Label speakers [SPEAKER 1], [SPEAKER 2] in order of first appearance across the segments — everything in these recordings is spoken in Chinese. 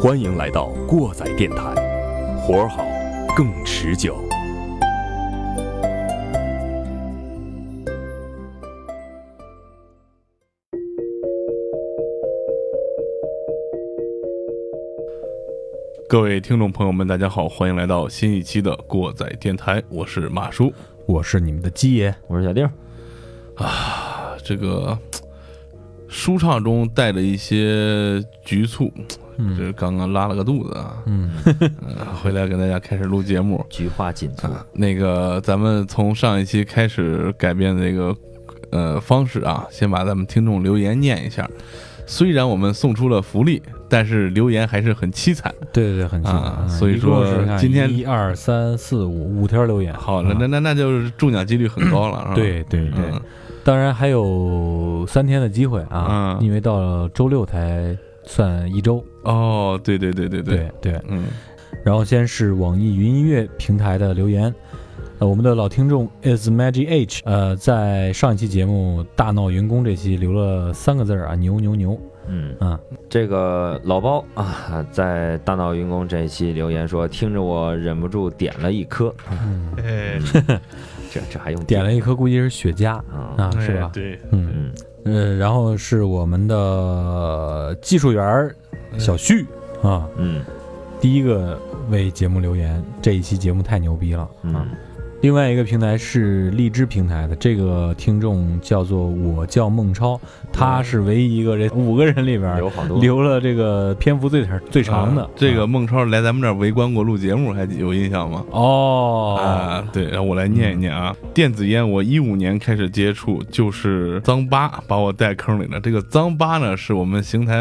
[SPEAKER 1] 欢迎来到过载电台，活儿好，更持久。
[SPEAKER 2] 各位听众朋友们，大家好，欢迎来到新一期的过载电台，我是马叔。
[SPEAKER 3] 我是你们的鸡爷，
[SPEAKER 4] 我是小丁，
[SPEAKER 2] 啊这个嘖舒畅中带着一些局促，
[SPEAKER 3] 嗯
[SPEAKER 2] 就是刚刚拉了个肚子啊，
[SPEAKER 3] 嗯，
[SPEAKER 2] 呃回来跟大家开始录节目。啊
[SPEAKER 4] 菊花紧促，
[SPEAKER 3] 啊
[SPEAKER 2] 那个，咱们从上一期开始改变那个呃方式啊，先把咱们听众留言念一下。虽然我们送出了福利，但是留言还是很凄惨。
[SPEAKER 3] 对对对，很清楚
[SPEAKER 2] 啊所以
[SPEAKER 3] 一共
[SPEAKER 2] 说
[SPEAKER 3] 是看
[SPEAKER 2] 今天
[SPEAKER 3] 一二三四五五条留言，
[SPEAKER 2] 好，那那
[SPEAKER 3] 啊
[SPEAKER 2] 那那就是中奖几率很高了，是吧？
[SPEAKER 3] 对对对，
[SPEAKER 2] 嗯，
[SPEAKER 3] 当然还有三天的机会啊，
[SPEAKER 2] 嗯
[SPEAKER 3] 因为到了周六才算一周，
[SPEAKER 2] 哦，对对对对对，
[SPEAKER 3] 对对。
[SPEAKER 2] 嗯，
[SPEAKER 3] 然后先是网易云音乐平台的留言。呃，我们的老听众 is magic h，呃，在上一期节目大闹云宫这期留了三个字儿啊，牛牛牛，
[SPEAKER 4] 嗯
[SPEAKER 3] 啊，
[SPEAKER 4] 这个老包啊，在大闹云宫这一期留言说，听着我忍不住点了一颗，
[SPEAKER 3] 嗯，
[SPEAKER 2] 哎
[SPEAKER 4] 这这还用
[SPEAKER 3] 点了一颗估计是雪茄
[SPEAKER 4] 啊？
[SPEAKER 3] 啊，是吧？
[SPEAKER 2] 对，
[SPEAKER 3] 嗯，
[SPEAKER 4] 嗯，
[SPEAKER 3] 呃，然后是我们的呃技术员儿小旭啊，
[SPEAKER 4] 嗯
[SPEAKER 3] 第一个为节目留言，这一期节目太牛逼了啊！
[SPEAKER 4] 嗯
[SPEAKER 3] 另外一个平台是荔枝平台的，这个听众叫做我叫孟超，
[SPEAKER 2] 嗯
[SPEAKER 3] 他是唯一一个这五个人里边儿
[SPEAKER 4] 有好多，
[SPEAKER 3] 留了这个篇幅最长最长的
[SPEAKER 2] 啊。这个
[SPEAKER 3] 啊
[SPEAKER 2] 孟超来咱们这儿围观过录节目，还有印象吗？
[SPEAKER 3] 哦，嗯
[SPEAKER 2] 啊，对，然后我来念一念啊。电子烟，我一五年开始接触，就是脏八把我带坑里了。这个脏八呢，是我们邢台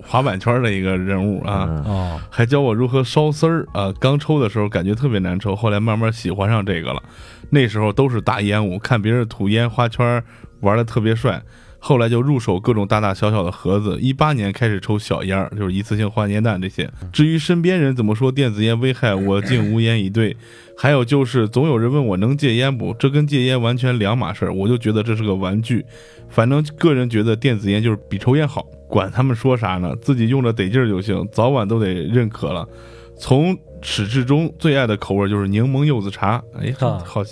[SPEAKER 2] 滑板圈的一个人物啊，
[SPEAKER 4] 嗯
[SPEAKER 3] 哦，
[SPEAKER 2] 还教我如何烧丝儿啊。刚抽的时候感觉特别难抽，后来慢慢喜欢上这个了。那时候都是大烟雾，看别人吐烟花圈儿玩的特别帅。后来就入手各种大大小小的盒子，一八年开始抽小烟儿，就是一次性换烟弹这些。至于身边人怎么说电子烟危害，我竟无言以对。还有就是，总有人问我能戒烟不？这跟戒烟完全两码事儿，我就觉得这是个玩具。反正个人觉得电子烟就是比抽烟好，管他们说啥呢，自己用着得劲儿就行，早晚都得认可了。从始至终最爱的口味就是柠檬柚子茶，哎，好
[SPEAKER 3] 啊
[SPEAKER 2] 好，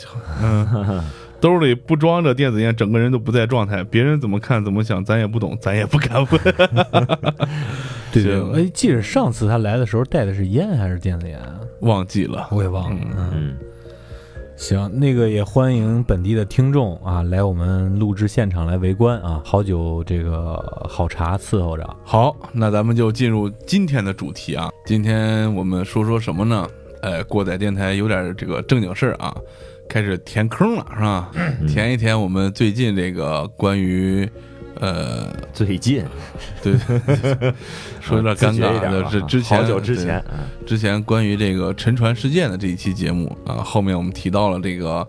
[SPEAKER 2] 嗯，兜里不装着电子烟，整个人都不在状态，别人怎么看怎么想，咱也不懂，咱也不敢问。
[SPEAKER 3] 对对，
[SPEAKER 2] 行
[SPEAKER 3] 哎，记着上次他来的时候带的是烟还是电子烟啊？
[SPEAKER 2] 忘记了，
[SPEAKER 3] 我也忘了。嗯
[SPEAKER 4] 嗯
[SPEAKER 3] 行，那个也欢迎本地的听众啊，来我们录制现场来围观啊，好酒这个好茶伺候着。
[SPEAKER 2] 好，那咱们就进入今天的主题啊。今天我们说说什么呢？呃，过载电台有点这个正经事儿啊，开始填坑了是吧？填一填我们最近这个关于呃，
[SPEAKER 4] 最近
[SPEAKER 2] 对，
[SPEAKER 4] 啊
[SPEAKER 2] 说有点尴尬的，
[SPEAKER 4] 是
[SPEAKER 2] 是之前
[SPEAKER 4] 啊好久之
[SPEAKER 2] 对
[SPEAKER 4] 前，嗯
[SPEAKER 2] 之前关于这个沉船事件的这一期节目啊，后面我们提到了这个，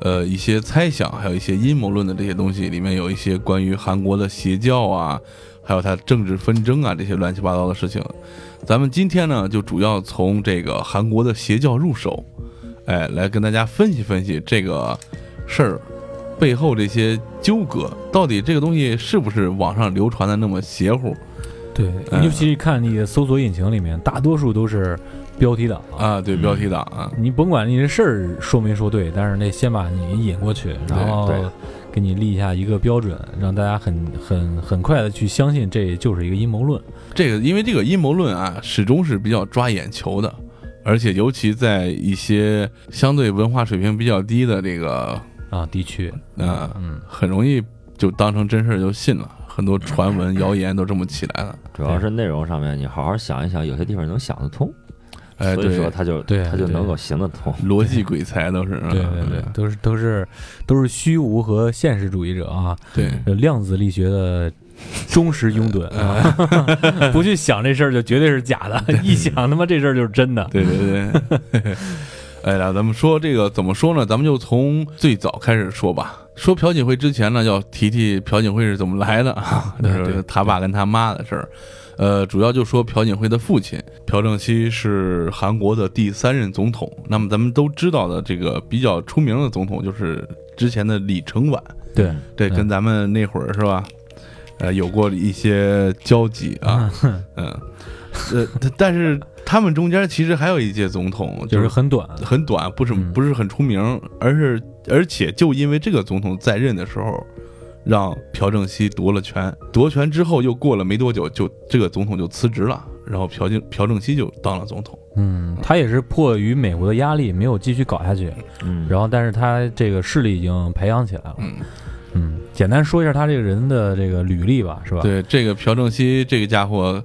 [SPEAKER 2] 呃，一些猜想，还有一些阴谋论的这些东西，里面有一些关于韩国的邪教啊，还有它政治纷争啊这些乱七八糟的事情。咱们今天呢，就主要从这个韩国的邪教入手，哎，来跟大家分析分析这个事儿背后这些纠葛，到底这个东西是不是网上流传的那么邪乎？
[SPEAKER 3] 对，
[SPEAKER 2] 嗯
[SPEAKER 3] 尤其是看你的搜索引擎里面，大多数都是标题党。
[SPEAKER 2] 啊？对，标题党啊，
[SPEAKER 3] 你甭管你这事儿说没说对，但是那先把你引过去，然后
[SPEAKER 4] 对
[SPEAKER 3] 给你立下一个标准，让大家很很很快的去相信这就是一个阴谋论。
[SPEAKER 2] 这个因为这个阴谋论啊，始终是比较抓眼球的，而且尤其在一些相对文化水平比较低的这个，
[SPEAKER 3] 啊，的确，
[SPEAKER 2] 呃，
[SPEAKER 3] 嗯，
[SPEAKER 2] 很容易就当成真事儿就信了，很多传闻、谣言都这么起来了。
[SPEAKER 4] 主要是内容上面，你好好想一想，有些地方能想得通，
[SPEAKER 2] 哎，
[SPEAKER 4] 所以说
[SPEAKER 2] 对，
[SPEAKER 4] 他就
[SPEAKER 3] 对
[SPEAKER 4] 他就
[SPEAKER 3] 对
[SPEAKER 4] 能够嗯行得通，
[SPEAKER 2] 逻辑鬼才都是。嗯
[SPEAKER 3] 对对对，都是都是都是虚无和现实主义者啊，
[SPEAKER 2] 对
[SPEAKER 3] 呃量子力学的忠实拥趸啊， 不去想这事儿就绝对是假的，一想他妈这事儿就是真的。
[SPEAKER 2] 对对对。 哎呀，咱们说这个怎么说呢？咱们就从最早开始说吧。说朴槿惠之前呢，要提提朴槿惠是怎么来的啊， 就
[SPEAKER 3] 对
[SPEAKER 2] 是他爸跟他妈的事儿。呃，主要就说朴槿惠的父亲朴正熙是韩国的第三任总统。那么咱们都知道的这个比较出名的总统，就是之前的李承晚。
[SPEAKER 3] 对
[SPEAKER 2] 这跟咱 们那会儿是吧？呃，有过一些交集啊，嗯，呃，但是他们中间其实还有一届总统，
[SPEAKER 3] 就
[SPEAKER 2] 就是
[SPEAKER 3] 是很短，啊
[SPEAKER 2] 很短，不是
[SPEAKER 3] 嗯
[SPEAKER 2] 不是很出名，而是而且就因为这个总统在任的时候，让朴正熙夺了权，夺权之后又过了没多久，就这个总统就辞职了，然后朴正朴正熙就当了总统。
[SPEAKER 3] 嗯，他也是迫于美国的压力，没有继续搞下去。
[SPEAKER 4] 嗯，
[SPEAKER 3] 然后，但是他这个势力已经培养起来了。
[SPEAKER 2] 嗯，
[SPEAKER 3] 嗯，简单说一下他这个人的这个履历吧，是吧？，
[SPEAKER 2] 对，这个朴正熙这个家伙，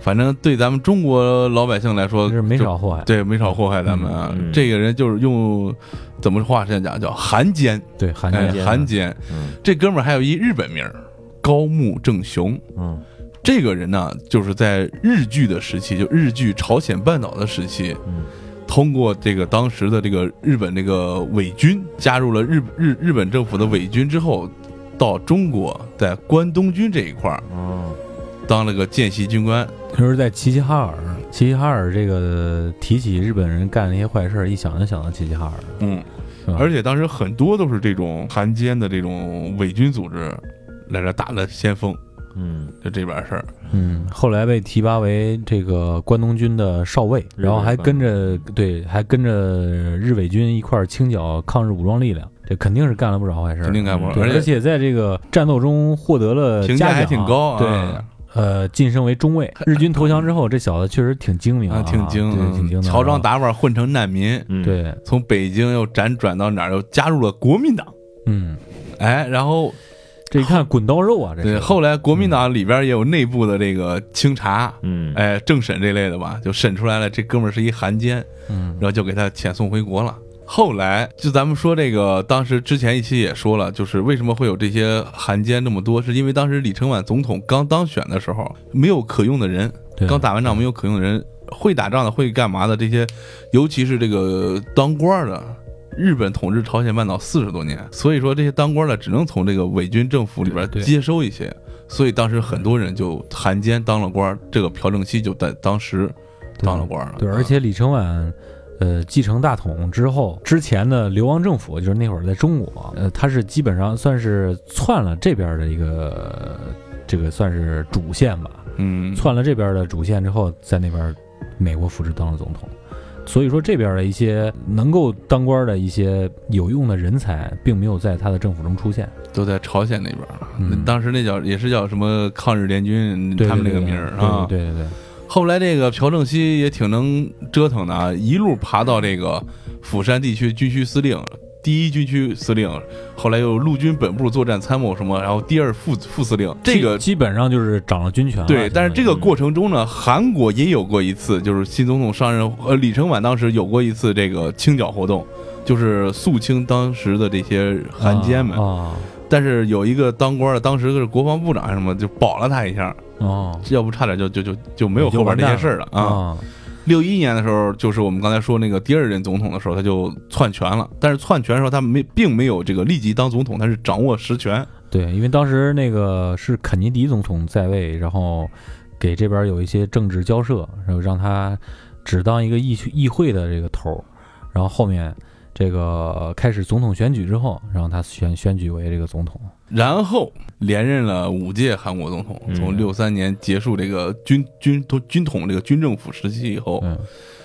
[SPEAKER 2] 反正对咱们中国老百姓来说
[SPEAKER 3] 是没
[SPEAKER 2] 就
[SPEAKER 3] 少祸害。
[SPEAKER 2] 对，没少祸害咱们啊！
[SPEAKER 4] 嗯嗯
[SPEAKER 2] 这个人就是用怎么话现在讲叫汉奸，
[SPEAKER 3] 对，韩
[SPEAKER 2] 哎
[SPEAKER 3] 奸，
[SPEAKER 4] 奸，啊
[SPEAKER 2] 汉奸。
[SPEAKER 4] 嗯
[SPEAKER 2] 这哥们儿还有一日本名儿高木正雄。
[SPEAKER 4] 嗯
[SPEAKER 2] 这个人呢，就是在日据的时期，就日据朝鲜半岛的时期，
[SPEAKER 4] 嗯
[SPEAKER 2] 通过这个当时的这个日本这个伪军，加入了日日日本政府的伪军之后，到中国在关东军这一块儿
[SPEAKER 4] 哦，
[SPEAKER 2] 当了个见习军官。
[SPEAKER 3] 就是在齐齐哈尔，齐齐哈尔这个提起日本人干那些坏事儿，一想就想到齐齐哈尔，
[SPEAKER 2] 嗯，
[SPEAKER 3] 是吧？
[SPEAKER 2] 而且当时很多都是这种汉奸的这种伪军组织来这打的先锋，
[SPEAKER 4] 嗯
[SPEAKER 2] 就这边儿事儿。
[SPEAKER 3] 嗯，后来被提拔为这个关东军的少尉，
[SPEAKER 4] 日伪
[SPEAKER 3] 然后还
[SPEAKER 4] 关
[SPEAKER 3] 跟着对，还跟着日伪军一块儿清剿抗日武装力量，这肯定是干了不少坏事儿。
[SPEAKER 2] 肯定干不
[SPEAKER 4] 嗯
[SPEAKER 2] 少，
[SPEAKER 3] 对，而
[SPEAKER 2] 而且
[SPEAKER 3] 且在这个战斗中获得了
[SPEAKER 2] 评
[SPEAKER 3] 嘉
[SPEAKER 2] 价还
[SPEAKER 3] 奖
[SPEAKER 2] 挺高啊
[SPEAKER 3] 对，呃，晋升为中尉。日军投降之后，这小子确实挺精明
[SPEAKER 2] 啊，挺精，
[SPEAKER 3] 对，挺精
[SPEAKER 2] 嗯
[SPEAKER 3] 的。啊
[SPEAKER 2] 乔装，打扮混成难民，
[SPEAKER 4] 嗯，
[SPEAKER 3] 对，
[SPEAKER 2] 从北京又辗转到哪儿，又加入了国民党。
[SPEAKER 3] 嗯，
[SPEAKER 2] 哎，然后
[SPEAKER 3] 这一看滚刀肉啊，这
[SPEAKER 2] 对，
[SPEAKER 3] 是
[SPEAKER 2] 后来国民党里边也有内部的这个清查，
[SPEAKER 4] 嗯
[SPEAKER 2] 哎，政审这类的吧，就审出来了，这哥们儿是一汉奸，
[SPEAKER 3] 嗯
[SPEAKER 2] 然后就给他遣送回国了。后来就咱们说这个，当时之前一期也说了，就是为什么会有这些汉奸这么多，是因为当时李承晚总统刚当选的时候，没有可用的人，
[SPEAKER 3] 对
[SPEAKER 2] 刚打完仗没有可用的人，会打仗的、会干嘛的这些，尤其是这个当官的，日本统治朝鲜半岛四十多年，所以说这些当官的只能从这个伪军政府里边
[SPEAKER 3] 对对
[SPEAKER 2] 接收一些，所以当时很多人就汉奸当了官，这个朴正熙就在当时当了官了。
[SPEAKER 3] 对，而且李承晚。呃，继承大统之后，之前的流亡政府就是那会儿在中国，呃，他是基本上算是篡了这边的一个这个算是主线吧，
[SPEAKER 2] 嗯，
[SPEAKER 3] 篡了这边的主线之后，在那边美国扶持当了总统。所以说，这边的一些能够当官的一些有用的人才，并没有在他的政府中出现。
[SPEAKER 2] 都在朝鲜那边了。
[SPEAKER 3] 嗯
[SPEAKER 2] 当时那叫也是叫什么抗日联军，
[SPEAKER 3] 对
[SPEAKER 2] 他们那
[SPEAKER 3] 对
[SPEAKER 2] 个
[SPEAKER 3] 对
[SPEAKER 2] 名儿
[SPEAKER 3] 对
[SPEAKER 2] 啊。
[SPEAKER 3] 对对对对，
[SPEAKER 2] 后来这个朴正熙也挺能折腾的啊，一路爬到这个釜山地区军区司令。第一军区司令，后来又陆军本部作战参谋什么，然后第二副副司令，这个
[SPEAKER 3] 基基本上就是掌了军权了。
[SPEAKER 2] 对，但是这个
[SPEAKER 4] 嗯
[SPEAKER 2] 过程中呢，韩国也有过一次，就是新总统上任，呃，李承晚当时有过一次这个清剿活动，就是肃清当时的这些汉奸们。
[SPEAKER 3] 啊
[SPEAKER 2] 但是有一个当官的，当时是国防部长还是什么，就保了他一下，
[SPEAKER 3] 哦
[SPEAKER 2] 要不差点就就就就没有后边这些事儿了
[SPEAKER 3] 啊
[SPEAKER 2] 啊。
[SPEAKER 3] 啊
[SPEAKER 2] 六一年的时候，就是我们刚才说那个第二任总统的时候，他就篡权了。但是篡权的时候，他没并没有这个立即当总统，他是掌握实权。
[SPEAKER 3] 对，因为当时那个是肯尼迪总统在位，然后给这边有一些政治交涉，然后让他只当一个议议会的这个头儿，然后后面这个开始总统选举之后，然后他选选举为这个总统。
[SPEAKER 2] 然后连任了五届韩国总统，
[SPEAKER 4] 嗯
[SPEAKER 2] 从六三年结束这个军军统军统这个军政府时期以后，
[SPEAKER 3] 嗯，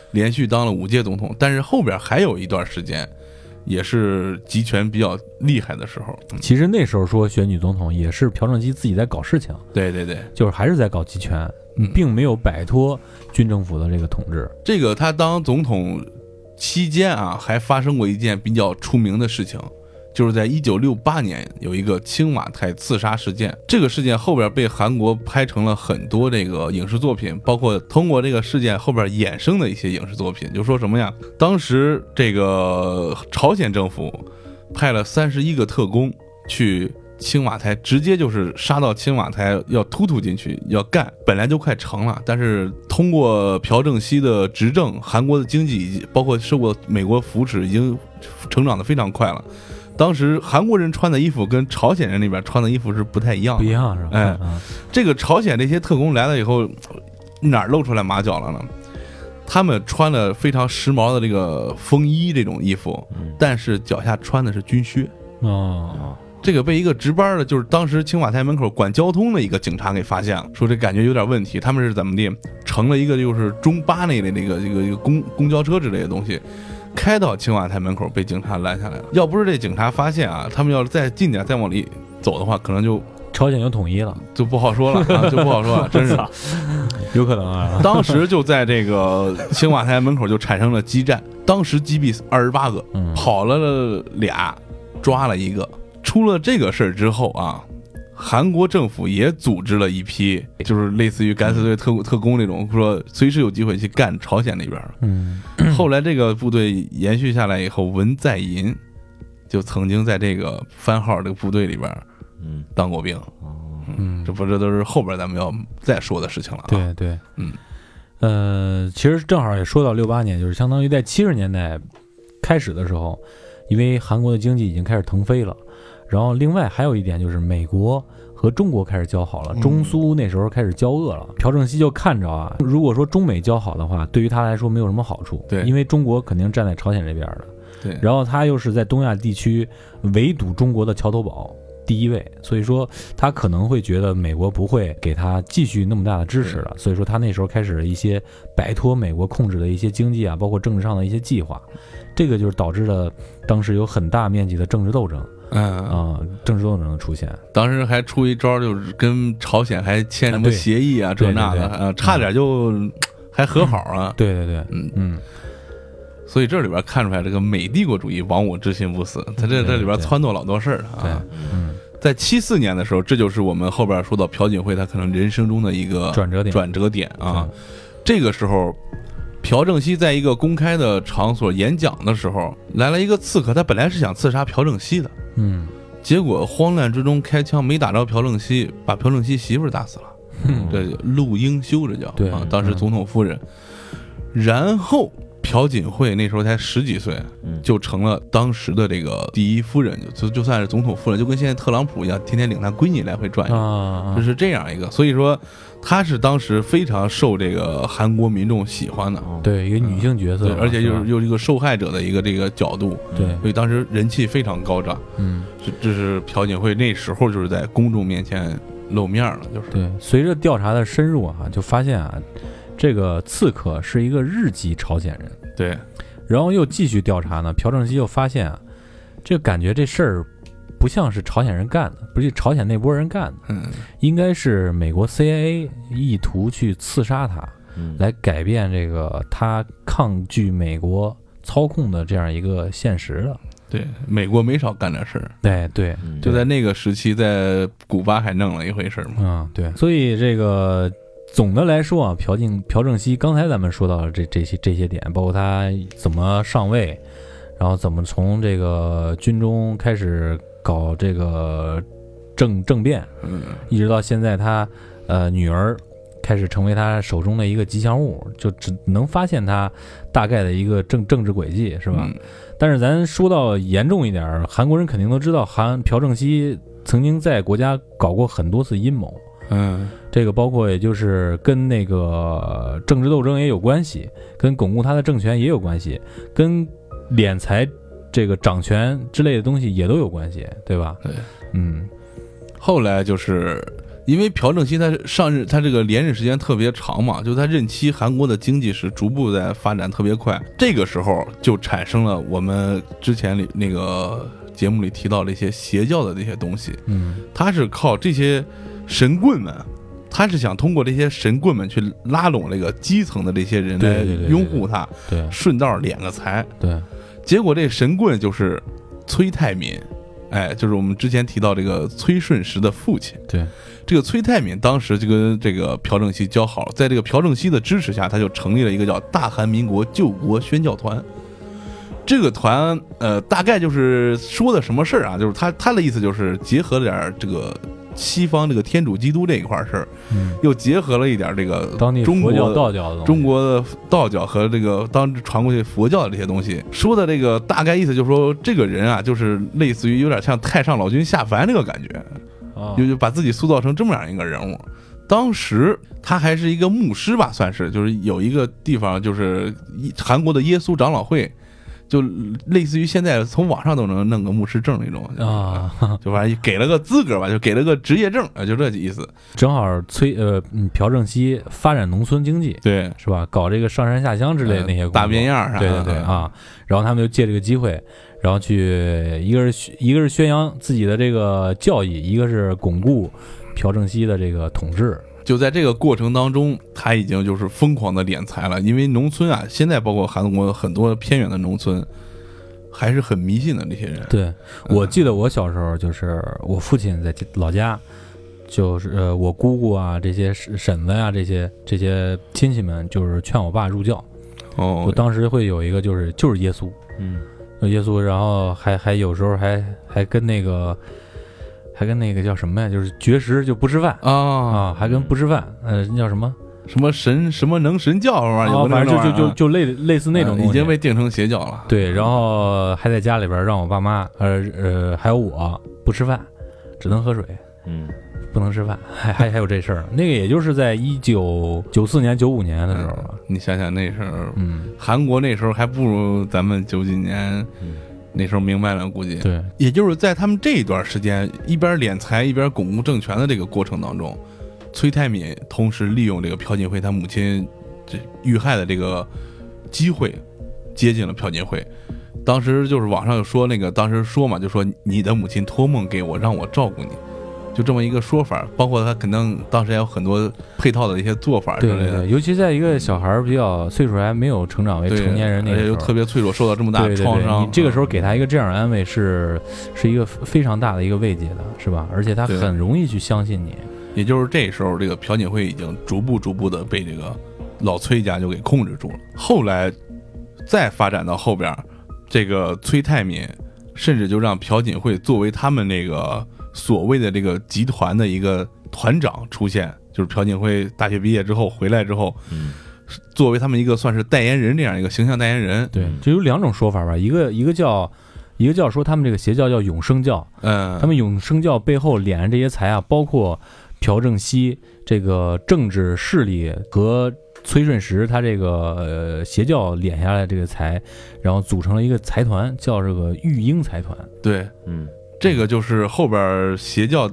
[SPEAKER 2] 连续当了五届总统。但是后边还有一段时间，也是集权比较厉害的时候。
[SPEAKER 3] 其实那时候说选举总统也是朴正熙自己在搞事情，
[SPEAKER 2] 对对对，
[SPEAKER 3] 就是还是在搞集权，
[SPEAKER 2] 嗯
[SPEAKER 3] 并没有摆脱军政府的这个统治。
[SPEAKER 2] 这个他当总统期间啊，还发生过一件比较出名的事情，就是在一九六八年有一个青瓦台刺杀事件。这个事件后边被韩国拍成了很多这个影视作品，包括通过这个事件后边衍生的一些影视作品，就说什么呀？当时这个朝鲜政府派了三十一个特工去。青瓦台直接就是杀到青瓦台，要突突进去，要干，本来就快成了，但是通过朴正熙的执政，韩国的经济以及包括受过美国扶持，已经成长的非常快了。当时韩国人穿的衣服跟朝鲜人那边穿的衣服是不太一样
[SPEAKER 3] 不
[SPEAKER 2] 的
[SPEAKER 3] 一。样是吧？
[SPEAKER 2] 哎
[SPEAKER 3] 啊
[SPEAKER 2] 这个朝鲜这些特工来了以后，哪儿露出来马脚了呢？他们穿了非常时髦的这个风衣这种衣服，
[SPEAKER 4] 嗯
[SPEAKER 2] 但是脚下穿的是军靴。
[SPEAKER 3] 哦，
[SPEAKER 4] 哦
[SPEAKER 2] 这个被一个值班的，就是当时青瓦台门口管交通的一个警察给发现了，说这感觉有点问题。他们是怎么地，乘了一个就是中巴那类的一个一个一个公公交车之类的东西，开到青瓦台门口被警察拦下来了。要不是这警察发现啊，他们要是再近点再往里走的话，可能就
[SPEAKER 3] 朝鲜就统一了，
[SPEAKER 2] 就不好说了啊，就不好说了，真是。
[SPEAKER 3] 有可能啊。
[SPEAKER 2] 当时就在这个青瓦台门口就产生了激战，当时击毙二十八个，
[SPEAKER 3] 嗯，
[SPEAKER 2] 跑了俩，抓了一个。出了这个事儿之后啊，韩国政府也组织了一批，就是类似于敢死队、特务特工那种，说随时有机会去干朝鲜那边儿。
[SPEAKER 3] 嗯，
[SPEAKER 2] 后来这个部队延续下来以后，文在寅就曾经在这个番号这个部队里边儿
[SPEAKER 4] 嗯，
[SPEAKER 2] 当过兵。
[SPEAKER 4] 哦，
[SPEAKER 3] 嗯
[SPEAKER 2] 这不，这都是后边咱们要再说的事情了、啊。，
[SPEAKER 3] 对对，
[SPEAKER 2] 嗯，
[SPEAKER 3] 呃，其实正好也说到六八年，就是相当于在七十年代开始的时候，因为韩国的经济已经开始腾飞了，然后另外还有一点就是美国和中国开始交好了，
[SPEAKER 2] 嗯
[SPEAKER 3] 中苏那时候开始交恶了。朴正熙就看着啊，如果说中美交好的话，对于他来说没有什么好处，
[SPEAKER 2] 对
[SPEAKER 3] 因为中国肯定站在朝鲜这边的，
[SPEAKER 2] 对，
[SPEAKER 3] 然后他又是在东亚地区围堵中国的桥头堡第一位，所以说他可能会觉得美国不会给他继续那么大的支持了，所以说他那时候开始了一些摆脱美国控制的一些经济啊，包括政治上的一些计划，这个就是导致了当时有很大面积的政治斗争
[SPEAKER 2] 嗯
[SPEAKER 3] 啊、政治斗争的出现。
[SPEAKER 2] 当时还出一招，就是跟朝鲜还签什
[SPEAKER 3] 啊
[SPEAKER 2] 么
[SPEAKER 3] 对
[SPEAKER 2] 协议啊，这
[SPEAKER 3] 对对
[SPEAKER 2] 那的，
[SPEAKER 3] 对嗯
[SPEAKER 2] 啊，差点就还和好啊。
[SPEAKER 3] 对对对，
[SPEAKER 2] 嗯，
[SPEAKER 3] 嗯，
[SPEAKER 2] 所以这里边看出来，这个美帝国主义亡我之心不死，他这
[SPEAKER 3] 对
[SPEAKER 2] 这里边
[SPEAKER 3] 对
[SPEAKER 2] 撺掇老多事儿
[SPEAKER 3] 对
[SPEAKER 2] 啊。，
[SPEAKER 3] 嗯，
[SPEAKER 2] 在七四年的时候，这就是我们后边说到朴槿惠他可能人生中的一个
[SPEAKER 3] 转折点
[SPEAKER 2] 转折点啊
[SPEAKER 3] 对。
[SPEAKER 2] 这个时候，朴正熙在一个公开的场所演讲的时候，来了一个刺客，他本来是想刺杀朴正熙的，
[SPEAKER 3] 嗯，
[SPEAKER 2] 结果慌乱之中开枪没打着朴正熙，把朴正熙媳妇儿打死了。
[SPEAKER 3] 嗯
[SPEAKER 2] 这陆英修这叫
[SPEAKER 3] 对
[SPEAKER 2] 啊，当时总统夫人。然后朴槿惠那时候才十几岁，
[SPEAKER 4] 嗯
[SPEAKER 2] 就成了当时的这个第一夫人，就就就算是总统夫人，就跟现在特朗普一样，天天领他闺女来回转悠，
[SPEAKER 3] 啊
[SPEAKER 2] 就，是这样一个。所以说，她是当时非常受这个韩国民众喜欢的，
[SPEAKER 4] 哦，
[SPEAKER 3] 对一个女性角色
[SPEAKER 2] 对，
[SPEAKER 3] 嘛，
[SPEAKER 2] 而且又
[SPEAKER 3] 吧
[SPEAKER 2] 是又是一个受害者的一个这个角度，
[SPEAKER 3] 对，
[SPEAKER 2] 所以当时人气非常高涨。
[SPEAKER 3] 嗯。
[SPEAKER 2] 这这是朴槿惠那时候就是在公众面前露面了，就是
[SPEAKER 3] 对，随着调查的深入啊，就发现啊，这个刺客是一个日籍朝鲜人。
[SPEAKER 2] 对，
[SPEAKER 3] 然后又继续调查呢，朴正熙又发现啊，这感觉这事儿不像是朝鲜人干的，不是朝鲜那波人干的，
[SPEAKER 2] 嗯，
[SPEAKER 3] 应该是美国 CIA 意图去刺杀他，
[SPEAKER 4] 嗯
[SPEAKER 3] 来改变这个他抗拒美国操控的这样一个现实的。
[SPEAKER 2] 对，美国没少干这事儿。
[SPEAKER 3] 哎，对，
[SPEAKER 4] 嗯
[SPEAKER 2] 就在那个时期，在古巴还弄了一回事儿嘛。
[SPEAKER 3] 嗯，对，所以这个总的来说啊，朴正朴正熙刚才咱们说到了这这些这些点，包括他怎么上位，然后怎么从这个军中开始搞这个政政变，
[SPEAKER 2] 嗯，
[SPEAKER 3] 一直到现在他呃女儿开始成为他手中的一个吉祥物，就只能发现他大概的一个政政治轨迹，是吧？
[SPEAKER 2] 嗯？
[SPEAKER 3] 但是咱说到严重一点儿，韩国人肯定都知道韩朴正熙曾经在国家搞过很多次阴谋。
[SPEAKER 2] 嗯，
[SPEAKER 3] 这个包括也就是跟那个政治斗争也有关系，跟巩固他的政权也有关系，跟敛财这个掌权之类的东西也都有关系，对吧？
[SPEAKER 2] 对，
[SPEAKER 3] 嗯，
[SPEAKER 2] 后来就是因为朴正熙他上任，他这个连任时间特别长嘛，就他任期韩国的经济是逐步在发展特别快。这个时候就产生了我们之前里那个节目里提到的一些邪教的那些东西，
[SPEAKER 3] 嗯，
[SPEAKER 2] 他是靠这些神棍们。他是想通过这些神棍们去拉拢这个基层的这些人
[SPEAKER 3] 对
[SPEAKER 2] 来
[SPEAKER 3] 对对对对
[SPEAKER 2] 拥护他，
[SPEAKER 3] 对
[SPEAKER 2] 顺道敛个财。
[SPEAKER 3] 对，
[SPEAKER 2] 结果这神棍就是崔泰敏，哎，就是我们之前提到这个崔顺实的父亲。
[SPEAKER 3] 对，
[SPEAKER 2] 这个崔泰敏当时就跟这个朴正熙交好，在这个朴正熙的支持下，他就成立了一个叫大韩民国救国宣教团。这个团，呃，大概就是说的什么事儿啊？就是他他的意思就是结合了点儿这个西方这个天主基督这一块儿事儿，
[SPEAKER 3] 嗯，
[SPEAKER 2] 又结合了一点儿这个
[SPEAKER 3] 当地
[SPEAKER 2] 中
[SPEAKER 3] 佛
[SPEAKER 2] 国
[SPEAKER 3] 教、道教的东西
[SPEAKER 2] 中，国的道教和这个当时传过去佛教的这些东西，说的这个大概意思就是说，这个人啊，就是类似于有点像太上老君下凡这个感觉，
[SPEAKER 3] 啊
[SPEAKER 2] 就就把自己塑造成这么样一个人物。当时他还是一个牧师吧，算是，就是有一个地方，就是一韩国的耶稣长老会就类似于现在从网上都能弄个牧师证那种，
[SPEAKER 3] 啊，
[SPEAKER 2] 就反正给了个资格吧，就给了个职业证啊，就这意思。
[SPEAKER 3] 正好崔呃嗯朴正熙发展农村经济
[SPEAKER 2] 对，
[SPEAKER 3] 是吧？搞这个上山下乡之类的那些
[SPEAKER 2] 呃
[SPEAKER 3] 工作
[SPEAKER 2] 大变样儿啥的，
[SPEAKER 3] 对对对啊，然后他们就借这个机会，然后去一个是宣一个是宣扬自己的这个教义，一个是巩固朴正熙的这个统治。
[SPEAKER 2] 就在这个过程当中，他已经就是疯狂的敛财了，因为农村啊，现在包括韩国很多偏远的农村，还是很迷信的这些人。嗯
[SPEAKER 3] 对，我记得我小时候就是我父亲在老家，就是呃我姑姑啊这些婶婶子呀、这些这些亲戚们就是劝我爸入教，
[SPEAKER 2] 哦
[SPEAKER 3] 我，当时会有一个就是就是耶稣，
[SPEAKER 4] 嗯，
[SPEAKER 3] 有耶稣，然后还还有时候还还跟那个还跟那个叫什么呀，就是绝食就不吃饭。
[SPEAKER 2] 啊，
[SPEAKER 3] 啊，还跟不吃饭，呃，那叫什么？
[SPEAKER 2] 什么神什么能神教是吧？有
[SPEAKER 3] 啊
[SPEAKER 2] 个那
[SPEAKER 3] 反正就
[SPEAKER 2] 种
[SPEAKER 3] 就就
[SPEAKER 2] 玩意儿啊
[SPEAKER 3] 就类类似那种
[SPEAKER 2] 嗯
[SPEAKER 3] 东西。
[SPEAKER 2] 已经被定成邪教了。
[SPEAKER 3] 对，然后还在家里边让我爸妈，呃呃，还有我不吃饭，只能喝水，
[SPEAKER 4] 嗯，
[SPEAKER 3] 不能吃饭，还还还有这事儿。那个也就是在一九九四年、九五年的时候吧。
[SPEAKER 2] 你想想那时候，
[SPEAKER 3] 嗯，
[SPEAKER 2] 韩国那时候还不如咱们九几年
[SPEAKER 4] 嗯
[SPEAKER 2] 那时候明白了，估计。
[SPEAKER 3] 对，
[SPEAKER 2] 也就是在他们这一段时间，一边敛财一边巩固政权的这个过程当中，崔泰敏同时利用这个朴槿惠他母亲这遇害的这个机会，接近了朴槿惠。当时就是网上有说那个，当时说嘛，就说你的母亲托梦给我，让我照顾你，就这么一个说法。包括他可能当时还有很多配套的一些做法之
[SPEAKER 3] 对
[SPEAKER 2] 类
[SPEAKER 3] 对
[SPEAKER 2] 的，
[SPEAKER 3] 对，尤其在一个小孩儿比较岁数还没有成长为
[SPEAKER 2] 对
[SPEAKER 3] 成年人那
[SPEAKER 2] 而
[SPEAKER 3] 个
[SPEAKER 2] 且
[SPEAKER 3] 时
[SPEAKER 2] 又
[SPEAKER 3] 候，
[SPEAKER 2] 特别脆弱，受到这么大
[SPEAKER 3] 对
[SPEAKER 2] 的
[SPEAKER 3] 对
[SPEAKER 2] 创
[SPEAKER 3] 对，
[SPEAKER 2] 伤。嗯
[SPEAKER 3] 你这个时候给他一个这样的安慰是是一个非常大的一个慰藉的，是吧？而且他
[SPEAKER 2] 对
[SPEAKER 3] 很容易去相信你。
[SPEAKER 2] 也就是这时候，这个朴槿惠已经逐步逐步的被这个老崔家就给控制住了。后来再发展到后边儿，这个崔泰敏甚至就让朴槿惠作为他们那个所谓的这个集团的一个团长出现，就是朴槿惠大学毕业之后回来之后，
[SPEAKER 4] 嗯
[SPEAKER 2] 作为他们一个算是代言人这样一个形象代言人，
[SPEAKER 3] 对，就有两种说法吧，一个一个叫，一个叫说他们这个邪教叫永生教，
[SPEAKER 2] 嗯，
[SPEAKER 3] 他们永生教背后敛着这些财啊，包括朴正熙这个政治势力和崔顺实他这个呃邪教敛下来这个财，然后组成了一个财团，叫这个育婴财团。
[SPEAKER 2] 对
[SPEAKER 4] 嗯，
[SPEAKER 2] 这个就是后边儿邪教，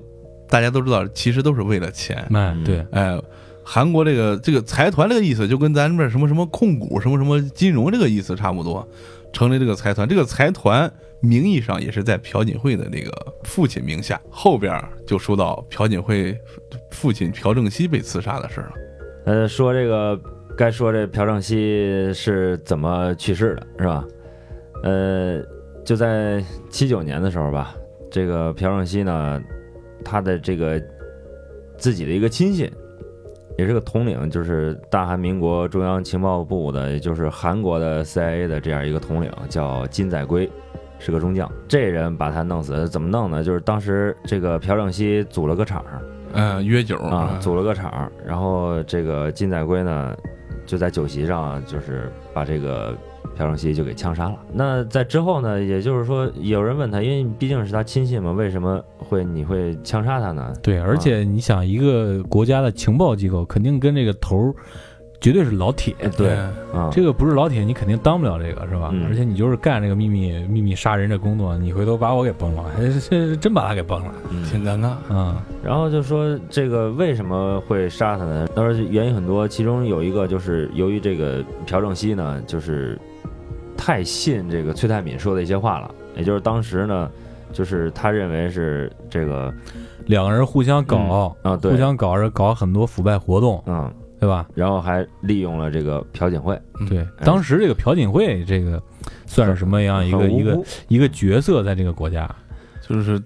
[SPEAKER 2] 大家都知道，其实都是为了钱，
[SPEAKER 3] 哎，
[SPEAKER 4] 嗯
[SPEAKER 3] 对，
[SPEAKER 2] 哎，韩国这个这个财团这个意思，就跟咱们这儿什么什么控股、什么什么金融这个意思差不多，成立这个财团。这个财团名义上也是在朴槿惠的这个父亲名下。后边儿就说到朴槿惠父亲朴正熙被刺杀的事儿了。
[SPEAKER 4] 呃，说这个该说这朴正熙是怎么去世的，是吧？呃，就在七九年的时候吧，这个朴正熙呢，他的这个自己的一个亲信，也是个统领，就是大韩民国中央情报部的，也就是韩国的 CIA 的这样一个统领，叫金载圭。是个中将，这人把他弄死，怎么弄呢？就是当时这个朴正熙组了个场，
[SPEAKER 2] 嗯、约酒
[SPEAKER 4] 啊，组了个场儿，然后这个金载圭呢，就在酒席上啊就是把这个朴正熙就给枪杀了。那在之后呢，也就是说，有人问他，因为毕竟是他亲信嘛，为什么会你会枪杀他呢？
[SPEAKER 3] 对，而且你想，一个国家的情报机构肯定跟这个头儿绝对是老铁，
[SPEAKER 4] 哎，对
[SPEAKER 2] 嗯
[SPEAKER 4] 啊，
[SPEAKER 3] 这个不是老铁，你肯定当不了这个，是吧？
[SPEAKER 4] 嗯
[SPEAKER 3] 而且你就是干这个秘密秘密杀人这工作，你回头把我给崩了， 还是真把他给崩了，
[SPEAKER 4] 嗯
[SPEAKER 2] 挺啊尴尬。
[SPEAKER 3] 嗯，
[SPEAKER 4] 然后就说这个为什么会杀他呢？当然原因很多，其中有一个就是由于这个朴正熙呢，就是太信这个崔泰敏说的一些话了，也就是当时呢，就是他认为是这个
[SPEAKER 3] 两个人互相搞，
[SPEAKER 4] 啊，对，
[SPEAKER 3] 互相搞着搞很多腐败活动，
[SPEAKER 4] 嗯，
[SPEAKER 3] 对吧？
[SPEAKER 4] 然后还利用了这个朴槿惠，
[SPEAKER 2] 嗯
[SPEAKER 3] 对，当时这个朴槿惠这个算是什么啊样一个
[SPEAKER 4] 很无
[SPEAKER 3] 一个
[SPEAKER 4] 辜
[SPEAKER 3] 一个角色在这个国家？
[SPEAKER 2] 就是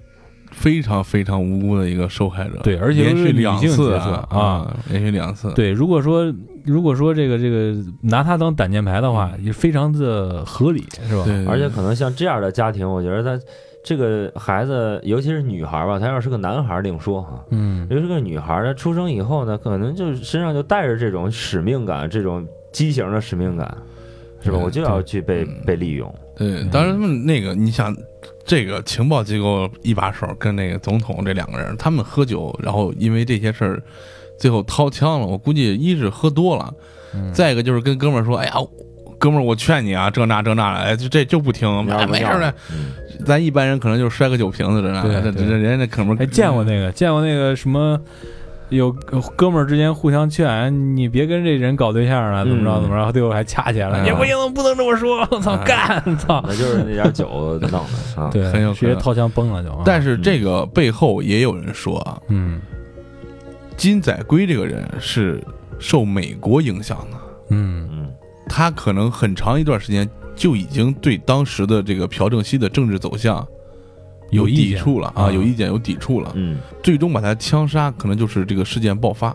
[SPEAKER 2] 非常非常无辜的一个受害者。
[SPEAKER 3] 对而且
[SPEAKER 2] 连
[SPEAKER 3] 又是
[SPEAKER 2] 续
[SPEAKER 3] 女
[SPEAKER 2] 两
[SPEAKER 3] 性
[SPEAKER 2] 次
[SPEAKER 3] 角色
[SPEAKER 2] 啊，
[SPEAKER 3] 啊
[SPEAKER 2] 连续两次。
[SPEAKER 3] 对，如果说如果说这个这个拿他当挡箭牌的话，也非常的合理，是吧？
[SPEAKER 2] 对，
[SPEAKER 4] 而且可能像这样的家庭，我觉得他这个孩子，尤其是女孩吧，他要是个男孩另说哈。
[SPEAKER 3] 嗯，
[SPEAKER 4] 因为这个女孩呢，出生以后呢，可能就身上就带着这种使命感，这种畸形的使命感，是吧？
[SPEAKER 2] 嗯
[SPEAKER 4] 我就要去被
[SPEAKER 2] 嗯
[SPEAKER 4] 被利用，
[SPEAKER 2] 对，
[SPEAKER 3] 嗯
[SPEAKER 2] 当然他们那个，你想，这个情报机构一把手跟那个总统这两个人，他们喝酒，然后因为这些事儿，最后掏枪了。我估计一是喝多了，
[SPEAKER 3] 嗯
[SPEAKER 2] 再一个就是跟哥们儿说，哎呀，哥们儿，我劝你啊，这那这那的，哎，就这就不听，
[SPEAKER 4] 你要
[SPEAKER 2] 哎
[SPEAKER 4] 是不
[SPEAKER 2] 没事
[SPEAKER 4] 要
[SPEAKER 2] 儿的，
[SPEAKER 4] 嗯
[SPEAKER 2] 咱一般人可能就摔个酒瓶子这那
[SPEAKER 3] 对
[SPEAKER 2] 的，这
[SPEAKER 3] 对
[SPEAKER 2] 这人家嗯那哥们儿
[SPEAKER 3] 还哎见过那个，见过那个什么，有哥们儿之间互相劝，哎你别跟这人搞对象了，怎么着
[SPEAKER 4] 嗯
[SPEAKER 3] 怎么着，最后还掐起来
[SPEAKER 2] 嗯
[SPEAKER 3] 了，也不行，不能这么说，我操，
[SPEAKER 2] 嗯
[SPEAKER 3] 干，操，
[SPEAKER 4] 那就是那点酒弄 的啊。
[SPEAKER 3] 对，
[SPEAKER 2] 很有可能
[SPEAKER 3] 直接掏枪崩了就啊。
[SPEAKER 2] 但是这个背后也有人说啊，
[SPEAKER 3] 嗯
[SPEAKER 2] 金载圭这个人是受美国影响的，
[SPEAKER 3] 嗯
[SPEAKER 4] 嗯，
[SPEAKER 2] 他可能很长一段时间就已经对当时的这个朴正熙的政治走向有
[SPEAKER 3] 有意
[SPEAKER 2] 抵
[SPEAKER 3] 见
[SPEAKER 2] 触了啊，
[SPEAKER 3] 啊
[SPEAKER 2] 有意见有抵触了，
[SPEAKER 4] 嗯
[SPEAKER 2] 最终把他枪杀，可能就是这个事件爆发，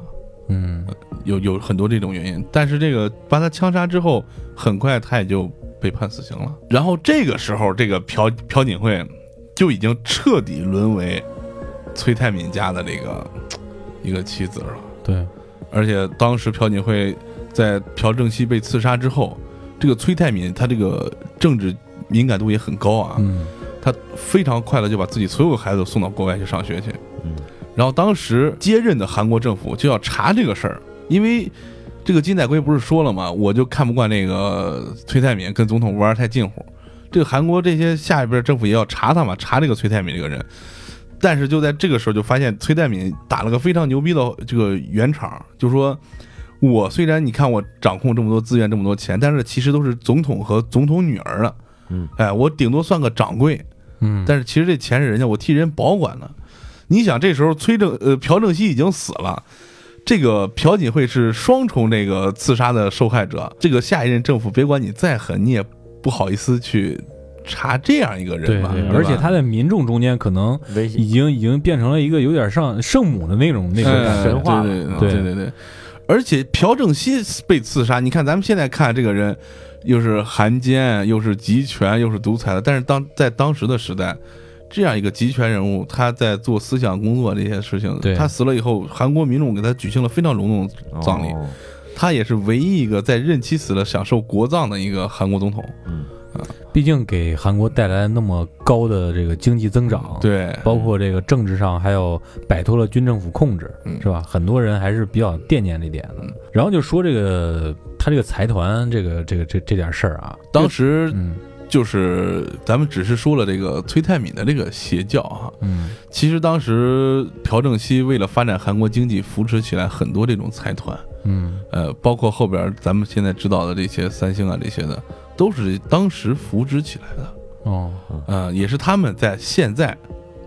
[SPEAKER 3] 嗯
[SPEAKER 2] 有有很多这种原因。但是这个把他枪杀之后，很快他也就被判死刑了。然后这个时候，这个朴朴槿惠就已经彻底沦为崔泰敏家的这个一个妻子了。
[SPEAKER 3] 对，
[SPEAKER 2] 而且当时朴槿惠在朴正熙被刺杀之后，这个崔泰敏他这个政治敏感度也很高啊，
[SPEAKER 3] 嗯
[SPEAKER 2] 他非常快的就把自己所有孩子送到国外去上学去。
[SPEAKER 4] 嗯，
[SPEAKER 2] 然后当时接任的韩国政府就要查这个事儿，因为这个金载圭不是说了吗？我就看不惯那个崔泰敏跟总统玩得太近乎，这个韩国这些下一边政府也要查他嘛，查这个崔泰敏这个人。但是就在这个时候，就发现崔泰敏打了个非常牛逼的这个圆场，就说。我虽然你看我掌控这么多资源、这么多钱，但是其实都是总统和总统女儿的，
[SPEAKER 4] 嗯，
[SPEAKER 2] 哎，我顶多算个掌柜，
[SPEAKER 3] 嗯，
[SPEAKER 2] 但是其实这钱是人家我替人保管的。你想这时候崔正呃朴正熙已经死了，这个朴槿惠是双重这个刺杀的受害者，这个下一任政府别管你再狠，你也不好意思去查这样一个人
[SPEAKER 3] 对
[SPEAKER 2] 吧？
[SPEAKER 3] 对，
[SPEAKER 2] 对吧
[SPEAKER 3] 而且他在民众中间可能
[SPEAKER 4] 危
[SPEAKER 3] 已
[SPEAKER 4] 险。
[SPEAKER 3] 经已经变成了一个有点像圣母的那种那种感
[SPEAKER 2] 哎
[SPEAKER 3] 觉。
[SPEAKER 4] 神话
[SPEAKER 2] 对
[SPEAKER 4] 了
[SPEAKER 2] 对
[SPEAKER 3] 对
[SPEAKER 2] 对对对。而且朴正熙被刺杀，你看咱们现在看这个人，又是汉奸，又是集权，又是独裁的。但是当在当时的时代，这样一个集权人物，他在做思想工作这些事情
[SPEAKER 3] 对，
[SPEAKER 2] 他死了以后，韩国民众给他举行了非常隆重的，葬礼
[SPEAKER 4] 哦
[SPEAKER 2] 他也是唯一一个在任期死了享受国葬的一个韩国总统。
[SPEAKER 4] 嗯
[SPEAKER 3] 毕竟给韩国带来那么高的这个经济增长，，
[SPEAKER 2] 对，
[SPEAKER 3] 包括这个政治上还有摆脱了军政府控制，
[SPEAKER 2] 嗯
[SPEAKER 3] 是吧？很多人还是比较惦念这点的
[SPEAKER 2] 嗯。
[SPEAKER 3] 然后就说这个他这个财团这个这个这这点事儿啊，
[SPEAKER 2] 当时
[SPEAKER 3] 嗯
[SPEAKER 2] 就是咱们只是说了这个崔泰敏的这个邪教啊哈、
[SPEAKER 3] 嗯
[SPEAKER 2] 其实当时朴正熙为了发展韩国经济，扶持起来很多这种财团，
[SPEAKER 3] 嗯，
[SPEAKER 2] 呃，包括后边咱们现在知道的这些三星啊这些的，都是当时扶植起来的，
[SPEAKER 3] 哦，
[SPEAKER 2] 呃，也是他们在现在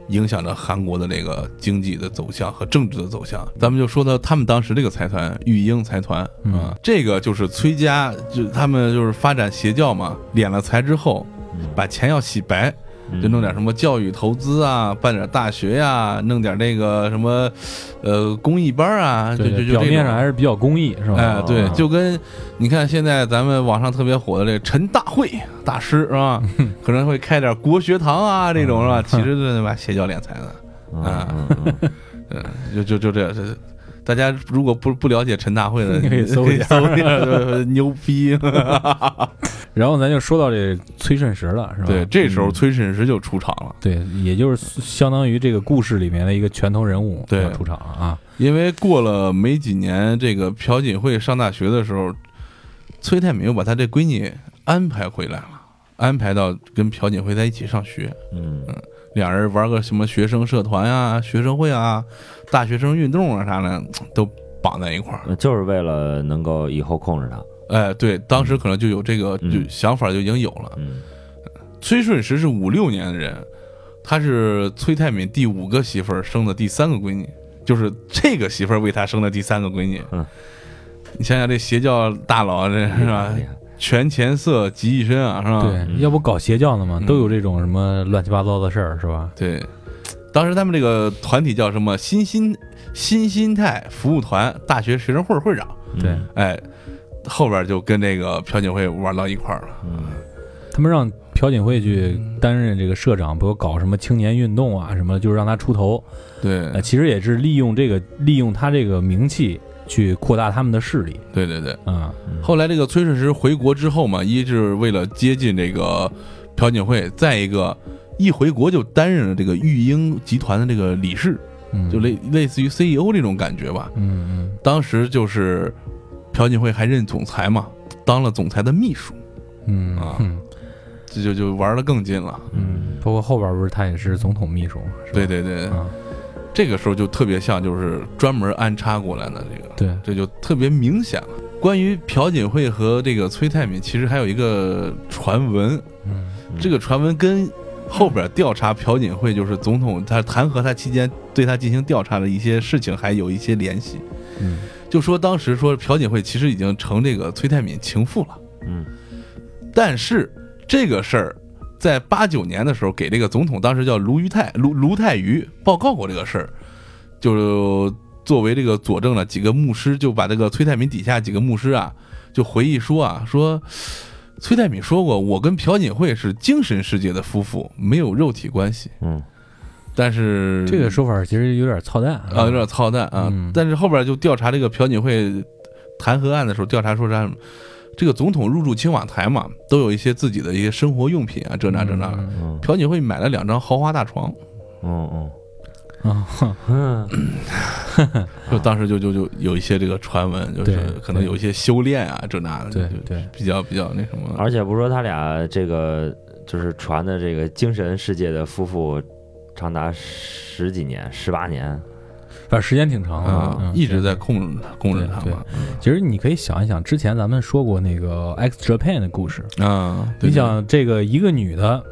[SPEAKER 2] 影响着韩国的这个经济的走向和政治的走向。咱们就说到他们当时这个财团育婴财团啊、
[SPEAKER 3] 嗯
[SPEAKER 2] 这个就是崔家，就他们就是发展邪教嘛，敛了财之后，把钱要洗白，
[SPEAKER 4] 嗯
[SPEAKER 2] 就弄点什么教育投资啊，办点大学呀、弄点那个什么，呃，公益班啊，就
[SPEAKER 3] 对
[SPEAKER 2] 就
[SPEAKER 3] 对，
[SPEAKER 2] 就
[SPEAKER 3] 表面上
[SPEAKER 2] 这
[SPEAKER 3] 还是比较公益，是
[SPEAKER 2] 种。哎
[SPEAKER 3] 吧？，
[SPEAKER 2] 对
[SPEAKER 4] 啊，
[SPEAKER 2] 就跟你看现在咱们网上特别火的这个陈大会大师是吧？可能会开点国学堂啊这种是吧？其实就是把邪教敛财的，
[SPEAKER 4] 嗯
[SPEAKER 2] 啊
[SPEAKER 4] 嗯嗯
[SPEAKER 2] 嗯，就就就这这。大家如果不不了解陈大会的，
[SPEAKER 3] 你可以搜一下
[SPEAKER 2] 搜一下，呃牛逼！
[SPEAKER 3] 然后咱就说到这崔顺实了，是吧？
[SPEAKER 2] 对，这时候
[SPEAKER 3] 嗯
[SPEAKER 2] 崔顺实就出场了。
[SPEAKER 3] 对，也就是相当于这个故事里面的一个拳头人物
[SPEAKER 2] 对
[SPEAKER 3] 要出场了啊。
[SPEAKER 2] 因为过了没几年，这个朴槿惠上大学的时候，崔泰敏又把她这闺女安排回来了，安排到跟朴槿惠在一起上学，
[SPEAKER 4] 嗯 嗯
[SPEAKER 2] 俩人玩个什么学生社团啊、学生会啊、大学生运动啊啥的，都绑在一块儿。
[SPEAKER 4] 嗯，就是为了能够以后控制他。
[SPEAKER 2] 哎，对，当时可能就有这个
[SPEAKER 4] 嗯
[SPEAKER 2] 就想法就已经有了。
[SPEAKER 4] 嗯
[SPEAKER 2] 崔顺实是五六年的人，他是崔泰敏第五个媳妇儿生的第三个闺女，就是这个媳妇儿为他生的第三个闺女。
[SPEAKER 4] 嗯，
[SPEAKER 2] 你想想这邪教大佬这是
[SPEAKER 4] 厉
[SPEAKER 2] 吧
[SPEAKER 4] 害？厉害
[SPEAKER 2] 权钱色集一身啊，是吧？
[SPEAKER 3] 对，要不搞邪教的嘛，
[SPEAKER 2] 嗯
[SPEAKER 3] 都有这种什么乱七八糟的事儿，是吧？
[SPEAKER 2] 对当时他们这个团体叫什么？新心新心态服务团大学学生会会长，
[SPEAKER 3] 对
[SPEAKER 4] 嗯
[SPEAKER 2] 哎，后边就跟这个朴槿惠玩到一块儿了。
[SPEAKER 4] 嗯
[SPEAKER 3] 他们让朴槿惠去担任这个社长，不搞什么青年运动啊，什么就是让他出头，
[SPEAKER 2] 对
[SPEAKER 3] 呃，其实也是利用这个利用他这个名气去扩大他们的势力
[SPEAKER 2] 对对对。
[SPEAKER 3] 啊。
[SPEAKER 2] 后来这个崔顺实回国之后嘛，一是为了接近这个朴槿惠，再一个一回国就担任了这个育婴集团的这个理事，
[SPEAKER 3] 嗯，
[SPEAKER 2] 就类类似于 CEO 这种感觉吧。
[SPEAKER 3] 嗯嗯
[SPEAKER 2] 当时就是朴槿惠还任总裁嘛，当了总裁的秘书，
[SPEAKER 3] 嗯
[SPEAKER 2] 啊
[SPEAKER 3] 嗯
[SPEAKER 2] 这就就玩的更近了。
[SPEAKER 3] 嗯，包括后边不是他也是总统秘书嘛，是吧
[SPEAKER 2] 对对对，
[SPEAKER 3] 啊，
[SPEAKER 2] 这个时候就特别像就是专门安插过来的这个，
[SPEAKER 3] 对，
[SPEAKER 2] 这就特别明显了。关于朴槿惠和这个崔泰敏，其实还有一个传闻，
[SPEAKER 3] 嗯
[SPEAKER 2] 这个传闻跟后边调查朴槿惠，就是总统他弹劾他期间对他进行调查的一些事情，还有一些联系。
[SPEAKER 3] 嗯
[SPEAKER 2] 就说当时说朴槿惠其实已经成这个崔泰敏情妇了，
[SPEAKER 4] 嗯
[SPEAKER 2] 但是这个事儿在八九年的时候给这个总统，当时叫卢于泰卢卢泰愚报告过这个事儿，就作为这个佐证了，几个牧师就把这个崔泰敏底下几个牧师啊，就回忆说啊，说崔泰敏说过，我跟朴槿惠是精神世界的夫妇，没有肉体关系，
[SPEAKER 4] 嗯
[SPEAKER 2] 但是
[SPEAKER 3] 这个说法其实有点操蛋
[SPEAKER 2] 啊，有点操蛋啊。
[SPEAKER 3] 嗯
[SPEAKER 2] 但是后边就调查这个朴槿惠弹劾案的时候，调查说啥什么？这个总统入驻青瓦台嘛，都有一些自己的一些生活用品啊，这那这那。
[SPEAKER 3] 嗯
[SPEAKER 4] 嗯
[SPEAKER 2] 朴槿惠买了两张豪华大床，
[SPEAKER 4] 嗯
[SPEAKER 3] 啊，哼
[SPEAKER 4] 嗯，
[SPEAKER 2] 就当时就就就有一些这个传闻，就是
[SPEAKER 3] 对
[SPEAKER 2] 可能有一些修炼啊，这那的，
[SPEAKER 3] 对
[SPEAKER 2] 就
[SPEAKER 3] 对，
[SPEAKER 2] 比较比较那什么。
[SPEAKER 4] 而且不是说他俩这个就是传的这个精神世界的夫妇，长达十几年、十八年，
[SPEAKER 3] 反正时间挺长的，
[SPEAKER 2] 啊
[SPEAKER 3] 嗯，
[SPEAKER 2] 一直在控制他，控制他
[SPEAKER 3] 对
[SPEAKER 2] 嘛。啊
[SPEAKER 3] 其实你可以想一想，之前咱们说过那个 X Japan 的故事，
[SPEAKER 2] 啊，对
[SPEAKER 3] 你，想这个一个女的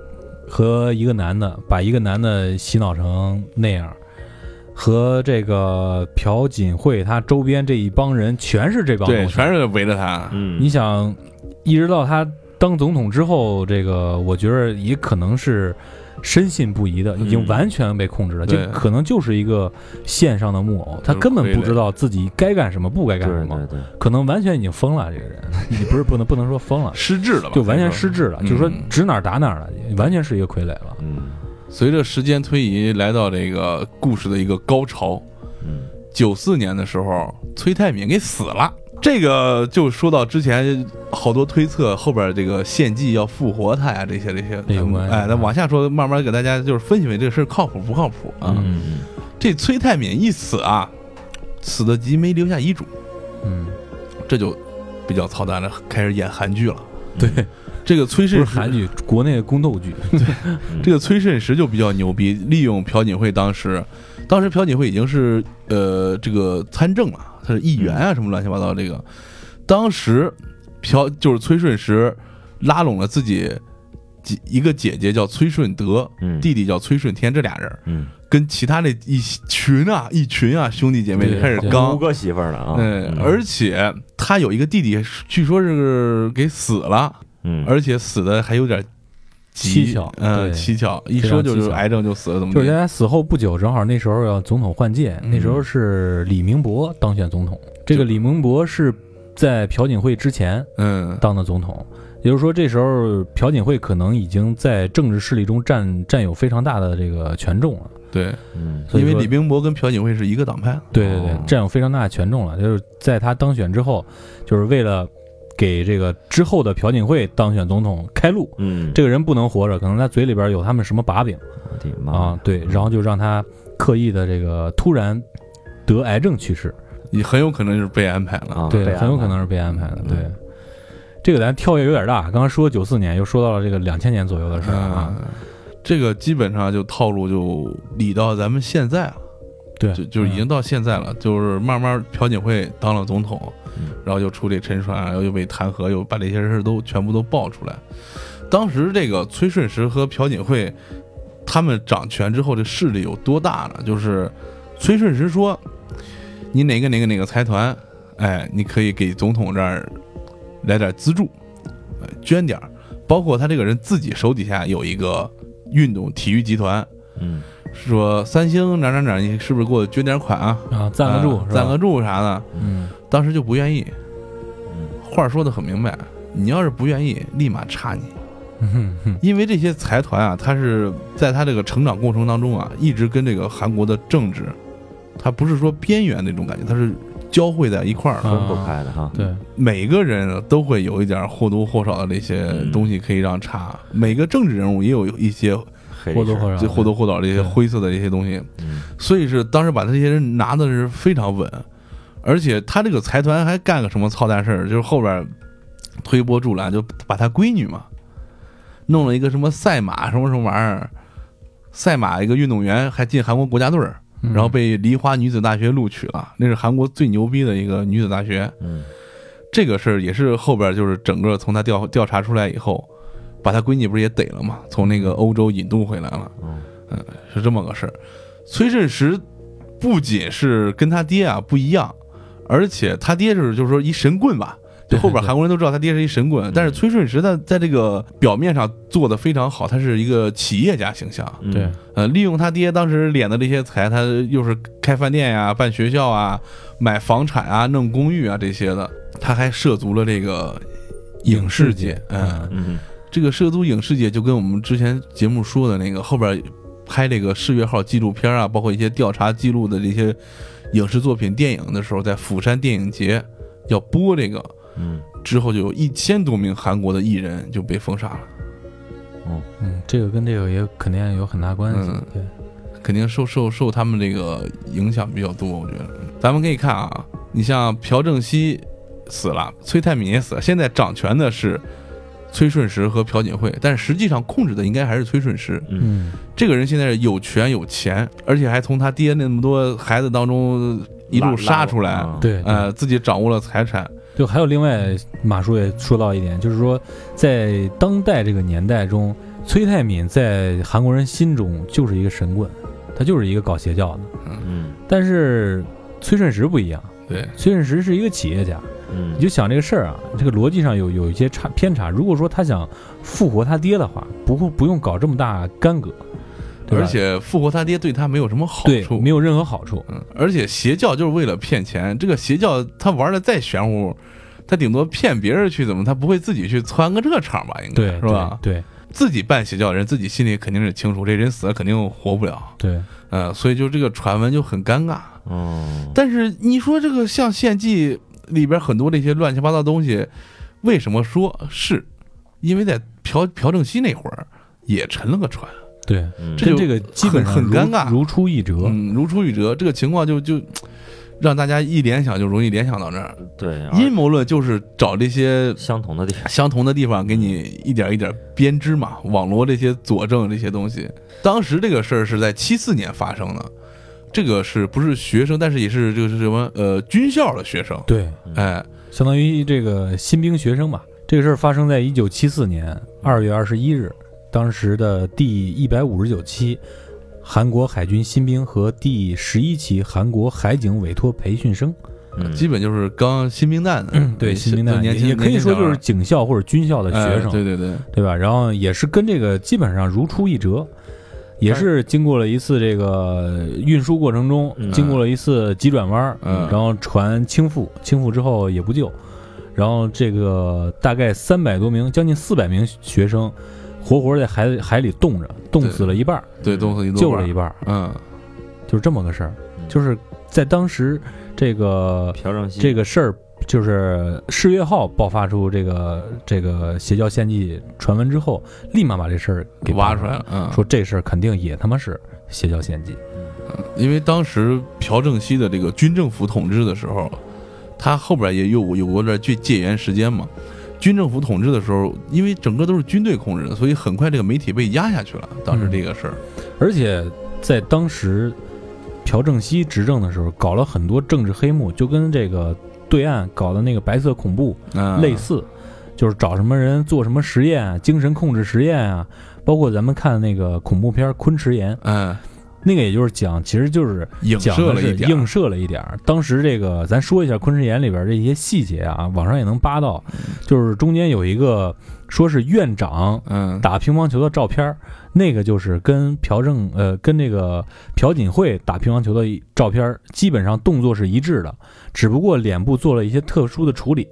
[SPEAKER 3] 和一个男的，把一个男的洗脑成那样，和这个朴槿惠她周边这一帮人全是这帮
[SPEAKER 2] 对，
[SPEAKER 3] 东西
[SPEAKER 2] 全是围着他。
[SPEAKER 4] 嗯
[SPEAKER 3] 你想，一直到她当总统之后，这个我觉得也可能是。深信不疑的，已经
[SPEAKER 2] 嗯
[SPEAKER 3] 完全被控制了，
[SPEAKER 2] 对
[SPEAKER 3] 这可能就是一个线上的木偶，他
[SPEAKER 2] 就是
[SPEAKER 3] 根本
[SPEAKER 2] 傀儡
[SPEAKER 3] 不知道自己该干什么，不该
[SPEAKER 4] 对
[SPEAKER 3] 干什么。
[SPEAKER 4] 对对，
[SPEAKER 3] 可能完全已经疯了，这个人，你不是不能不能说疯了，
[SPEAKER 2] 失智了吧？
[SPEAKER 3] 就完
[SPEAKER 2] 可
[SPEAKER 3] 全
[SPEAKER 2] 以说
[SPEAKER 3] 失智了，
[SPEAKER 2] 嗯
[SPEAKER 3] 就是说指哪儿打哪儿了，完全是一个傀儡了。
[SPEAKER 4] 嗯
[SPEAKER 2] 随着时间推移，来到这个故事的一个高潮。
[SPEAKER 4] 嗯
[SPEAKER 2] 九四年的时候，崔泰敏给死了。这个就说到之前好多推测，后边这个献祭要复活他呀，这些这些
[SPEAKER 3] 这有关，系
[SPEAKER 2] 哎，那往下说，慢慢给大家就是分析分析这个事儿靠谱不靠谱啊。
[SPEAKER 3] 嗯
[SPEAKER 2] 这崔泰敏一死啊，死的急没留下遗嘱，
[SPEAKER 3] 嗯，
[SPEAKER 2] 这就比较操蛋了，开始演韩剧了。
[SPEAKER 4] 嗯
[SPEAKER 3] 对，
[SPEAKER 2] 这个崔
[SPEAKER 3] 不是
[SPEAKER 2] 慎
[SPEAKER 3] 韩剧，国内的宫斗剧。
[SPEAKER 2] 这个崔慎实就比较牛逼，利用朴槿惠当时，当时朴槿惠已经是呃这个参政了，他是议员
[SPEAKER 3] 嗯
[SPEAKER 2] 啊什么乱七八糟这个，当时朴就是崔顺实拉拢了自己几一个姐姐叫崔顺德，
[SPEAKER 4] 嗯
[SPEAKER 2] 弟弟叫崔顺天，这俩人
[SPEAKER 4] 嗯
[SPEAKER 2] 跟其他那一群啊一群啊兄弟姐妹
[SPEAKER 3] 对
[SPEAKER 2] 开始
[SPEAKER 3] 对
[SPEAKER 2] 刚
[SPEAKER 4] 五。个媳妇儿了啊，
[SPEAKER 2] 嗯，而且他有一个弟弟，据说是给死了，
[SPEAKER 4] 嗯
[SPEAKER 2] 而且死的还有点急
[SPEAKER 3] 蹊跷
[SPEAKER 2] 嗯，
[SPEAKER 3] 对
[SPEAKER 2] 蹊跷，一说就
[SPEAKER 3] 非常
[SPEAKER 2] 是
[SPEAKER 3] 蹊跷
[SPEAKER 2] 癌症就死了，怎么
[SPEAKER 3] 就是原
[SPEAKER 2] 地
[SPEAKER 3] 来死后不久，正好那时候要总统换届，
[SPEAKER 2] 嗯
[SPEAKER 3] 那时候是李明博当选总统。这个李明博是在朴槿惠之前
[SPEAKER 2] 嗯，
[SPEAKER 3] 当的总统，也就是说，这时候朴槿惠可能已经在政治势力中占占有非常大的这个权重了。
[SPEAKER 2] 对，
[SPEAKER 4] 嗯
[SPEAKER 3] 所以
[SPEAKER 2] 因为
[SPEAKER 3] 说
[SPEAKER 2] 李明博跟朴槿惠是一个党派的，
[SPEAKER 3] 对对对
[SPEAKER 4] 哦，
[SPEAKER 3] 占有非常大的权重了。就是在他当选之后，就是为了给这个之后的朴槿惠当选总统开路。
[SPEAKER 4] 嗯，
[SPEAKER 3] 这个人不能活着，可能他嘴里边有他们什么把柄
[SPEAKER 4] 我的妈
[SPEAKER 3] 啊，，对，然后就让他刻意的这个突然得癌症去世，
[SPEAKER 2] 你很有可能就是被安排了。
[SPEAKER 4] 啊
[SPEAKER 3] 对，
[SPEAKER 4] 被安排
[SPEAKER 3] 很有可能是被安排的，对
[SPEAKER 4] 嗯。
[SPEAKER 3] 这个咱跳跃有点大，刚刚说九四年，又说到了这个两千年左右的事儿啊，
[SPEAKER 2] 嗯，这个基本上就套路就理到咱们现在了，
[SPEAKER 3] 对，
[SPEAKER 2] 就就是已经到现在了，就是慢慢朴槿惠当了总统
[SPEAKER 4] 嗯，
[SPEAKER 2] 然后就出这沉船，然后又被弹劾，又把这些事儿都全部都爆出来。当时这个崔顺实和朴槿惠他们掌权之后，这势力有多大呢？就是崔顺实说，你哪个哪个哪个财团，哎，你可以给总统这儿来点资助，呃捐点儿。包括他这个人自己手底下有一个运动体育集团，
[SPEAKER 4] 嗯
[SPEAKER 2] 说三星哪哪哪，你是不是给我捐点款啊？
[SPEAKER 3] 啊赞个助
[SPEAKER 2] 啊，
[SPEAKER 3] 是吧
[SPEAKER 2] 赞个助啥的。
[SPEAKER 3] 嗯，
[SPEAKER 2] 当时就不愿意，
[SPEAKER 4] 嗯
[SPEAKER 2] 话说的很明白，你要是不愿意，立马查 你。
[SPEAKER 3] 嗯哼
[SPEAKER 2] 因为这些财团啊，它是在它这个成长过程当中啊，一直跟这个韩国的政治，它不是说边缘那种感觉，它是交汇在一块儿的。
[SPEAKER 3] 啊
[SPEAKER 4] 分不开的哈，
[SPEAKER 3] 对，
[SPEAKER 2] 每个人都会有一点或多或少的那些东西可以让查，
[SPEAKER 3] 嗯
[SPEAKER 2] 每个政治人物也有一些
[SPEAKER 4] 黑
[SPEAKER 3] 或多
[SPEAKER 4] 历史
[SPEAKER 3] 或少
[SPEAKER 2] 就或多或少的一些
[SPEAKER 3] 对
[SPEAKER 2] 灰色的一些东西，
[SPEAKER 4] 嗯
[SPEAKER 2] 所以是当时把这些人拿的是非常稳，而且他这个财团还干个什么操蛋事儿，就是后边推波助澜，就把他闺女嘛，弄了一个什么赛马什么什么玩意儿，赛马一个运动员还进韩国国家队儿，
[SPEAKER 3] 嗯
[SPEAKER 2] 然后被梨花女子大学录取了，那是韩国最牛逼的一个女子大学。
[SPEAKER 4] 嗯
[SPEAKER 2] 这个事儿也是后边就是整个从他调调查出来以后，把他闺女不是也逮了嘛，从那个欧洲引渡回来了，
[SPEAKER 4] 嗯
[SPEAKER 2] 是这么个事儿。崔振实不仅是跟他爹啊不一样，而且他爹是就是说一神棍吧。就
[SPEAKER 3] 对
[SPEAKER 2] 后边
[SPEAKER 3] 对
[SPEAKER 2] 韩国人都知道他爹是一神棍，但是崔顺实在在这个表面上做的非常好，他是一个企业家形象，
[SPEAKER 4] 嗯
[SPEAKER 3] 对，
[SPEAKER 2] 呃，利用他爹当时敛的这些财，他又是开饭店呀、办学校啊、买房产啊、弄公寓啊这些的，他还涉足了这个影视界。嗯，
[SPEAKER 4] 嗯
[SPEAKER 2] 这个涉足影视界，就跟我们之前节目说的那个后边拍这个世越号纪录片啊，包括一些调查记录的这些影视作品、电影的时候，在釜山电影节要播这个
[SPEAKER 4] 嗯
[SPEAKER 2] 之后，就有一千多名韩国的艺人就被封杀了，
[SPEAKER 3] 嗯，这个跟这个也肯定有很大关系。
[SPEAKER 2] 嗯
[SPEAKER 3] 对，
[SPEAKER 2] 肯定受受受他们这个影响比较多，我觉得。咱们可以看啊，你像朴正熙死了，崔泰敏也死了，现在掌权的是崔顺实和朴槿惠，但是实际上控制的应该还是崔顺实。
[SPEAKER 4] 嗯
[SPEAKER 3] 嗯，
[SPEAKER 2] 这个人现在是有权有钱，而且还从他爹那么多孩子当中一路杀出来，
[SPEAKER 4] 嗯
[SPEAKER 3] 对，对
[SPEAKER 2] 呃，自己掌握了财产。
[SPEAKER 3] 就还有另外，马叔也说到一点，就是说，在当代这个年代中，崔泰敏在韩国人心中就是一个神棍，他就是一个搞邪教的。
[SPEAKER 4] 嗯
[SPEAKER 3] 但是崔顺实不一样，
[SPEAKER 2] 对，
[SPEAKER 3] 崔顺实是一个企业家，
[SPEAKER 4] 嗯
[SPEAKER 3] 你就想这个事儿啊，这个逻辑上有有一些差偏差。如果说他想复活他爹的话，不会不用搞这么大干戈，对吧
[SPEAKER 2] 而且复活他爹对他没有什么好
[SPEAKER 3] 对
[SPEAKER 2] 处，
[SPEAKER 3] 没有任何好处。
[SPEAKER 2] 嗯，而且邪教就是为了骗钱，这个邪教他玩的再玄乎，他顶多骗别人去怎么，他不会自己去穿个这个场吧？应该
[SPEAKER 3] 对，
[SPEAKER 2] 是吧？
[SPEAKER 3] 对
[SPEAKER 2] 自己办邪教的人，自己心里肯定是清楚，这人死了肯定活不了，
[SPEAKER 3] 对
[SPEAKER 2] 呃，所以就这个传闻就很尴尬。
[SPEAKER 4] 哦
[SPEAKER 2] 但是你说这个像献祭里边很多这些乱七八糟的东西，为什么说是？因为在朴朴正熙那会儿也沉了个船，
[SPEAKER 3] 对
[SPEAKER 4] 嗯
[SPEAKER 2] 这
[SPEAKER 3] 对，
[SPEAKER 2] 就
[SPEAKER 3] 跟这个基本上
[SPEAKER 2] 很
[SPEAKER 3] 如
[SPEAKER 2] 尴尬
[SPEAKER 3] 如出一辙。
[SPEAKER 2] 嗯，如出一辙，这个情况就就让大家一联想就容易联想到这儿。
[SPEAKER 4] 对
[SPEAKER 2] 阴
[SPEAKER 4] 而
[SPEAKER 2] 谋论就是找这些
[SPEAKER 4] 相同的地方，
[SPEAKER 2] 相同的地方，给你一点一点编织嘛，网罗这些佐证这些东西。当时这个事儿是在七四年发生的，这个是不是学生？但是也是这个是什么？呃，军校的学生，
[SPEAKER 3] 对，
[SPEAKER 2] 哎，
[SPEAKER 3] 相当于这个新兵学生吧。这个事儿发生在一九七四年二月二十一日，当时的第一百五十九期韩国海军新兵和第十一期韩国海警委托培训生，
[SPEAKER 4] 嗯
[SPEAKER 2] 基本就是刚新兵蛋的，
[SPEAKER 3] 嗯
[SPEAKER 2] 哎
[SPEAKER 3] 对新兵
[SPEAKER 2] 就
[SPEAKER 3] 蛋
[SPEAKER 2] 嗯年轻
[SPEAKER 3] 也可以说就是警校或者军校的
[SPEAKER 2] 年轻小孩
[SPEAKER 3] 学
[SPEAKER 2] 哎
[SPEAKER 3] 生，
[SPEAKER 2] 对对对，
[SPEAKER 3] 对吧？然后也是跟这个基本上如出一辙，也
[SPEAKER 2] 但是
[SPEAKER 3] 是经过了一次这个运输过程中，
[SPEAKER 4] 嗯
[SPEAKER 3] 经过了一次急转弯儿，
[SPEAKER 2] 嗯
[SPEAKER 3] 然后船倾覆，倾覆之后也不救，然后这个大概三百多名，将近四百名学生，活活在海海里冻着，冻死了一半儿，
[SPEAKER 2] 对东西
[SPEAKER 3] 救嗯了一半儿，
[SPEAKER 2] 嗯，
[SPEAKER 3] 就是这么个事儿，
[SPEAKER 4] 嗯
[SPEAKER 3] 就是在当时这个
[SPEAKER 4] 朴正熙
[SPEAKER 3] 这
[SPEAKER 4] 个
[SPEAKER 3] 个事儿。就是世越号爆发出这个这个邪教献祭传闻之后，立马把这事儿给
[SPEAKER 2] 挖
[SPEAKER 3] 爆
[SPEAKER 2] 出来了，嗯，
[SPEAKER 3] 说这事儿肯定也他妈是邪教献祭。
[SPEAKER 2] 嗯因为当时朴正熙的这个军政府统治的时候，他后边也有有过段戒戒严时间嘛。军政府统治的时候，因为整个都是军队控制的，所以很快这个媒体被压下去了。当
[SPEAKER 3] 嗯
[SPEAKER 2] 时这个事儿，
[SPEAKER 3] 而且在当时朴正熙执政的时候，搞了很多政治黑幕，就跟这个对岸搞的那个白色恐怖
[SPEAKER 2] 嗯，
[SPEAKER 3] 类似，就是找什么人做什么实验啊，精神控制实验啊，包括咱们看那个恐怖片《昆池岩》，
[SPEAKER 2] 嗯，
[SPEAKER 3] 那个也就是讲，其实就是
[SPEAKER 2] 影
[SPEAKER 3] 讲
[SPEAKER 2] 射
[SPEAKER 3] 的
[SPEAKER 2] 了
[SPEAKER 3] 是
[SPEAKER 2] 一点儿，
[SPEAKER 3] 映射了一点儿。当时这个，咱说一下《昆池岩》里边这些细节啊，网上也能扒到，就是中间有一个说是院长
[SPEAKER 2] 嗯，
[SPEAKER 3] 打乒乓球的照片儿，那个就是跟朴正呃跟那个朴槿惠打乒乓球的一照片儿，基本上动作是一致的，只不过脸部做了一些特殊的处理，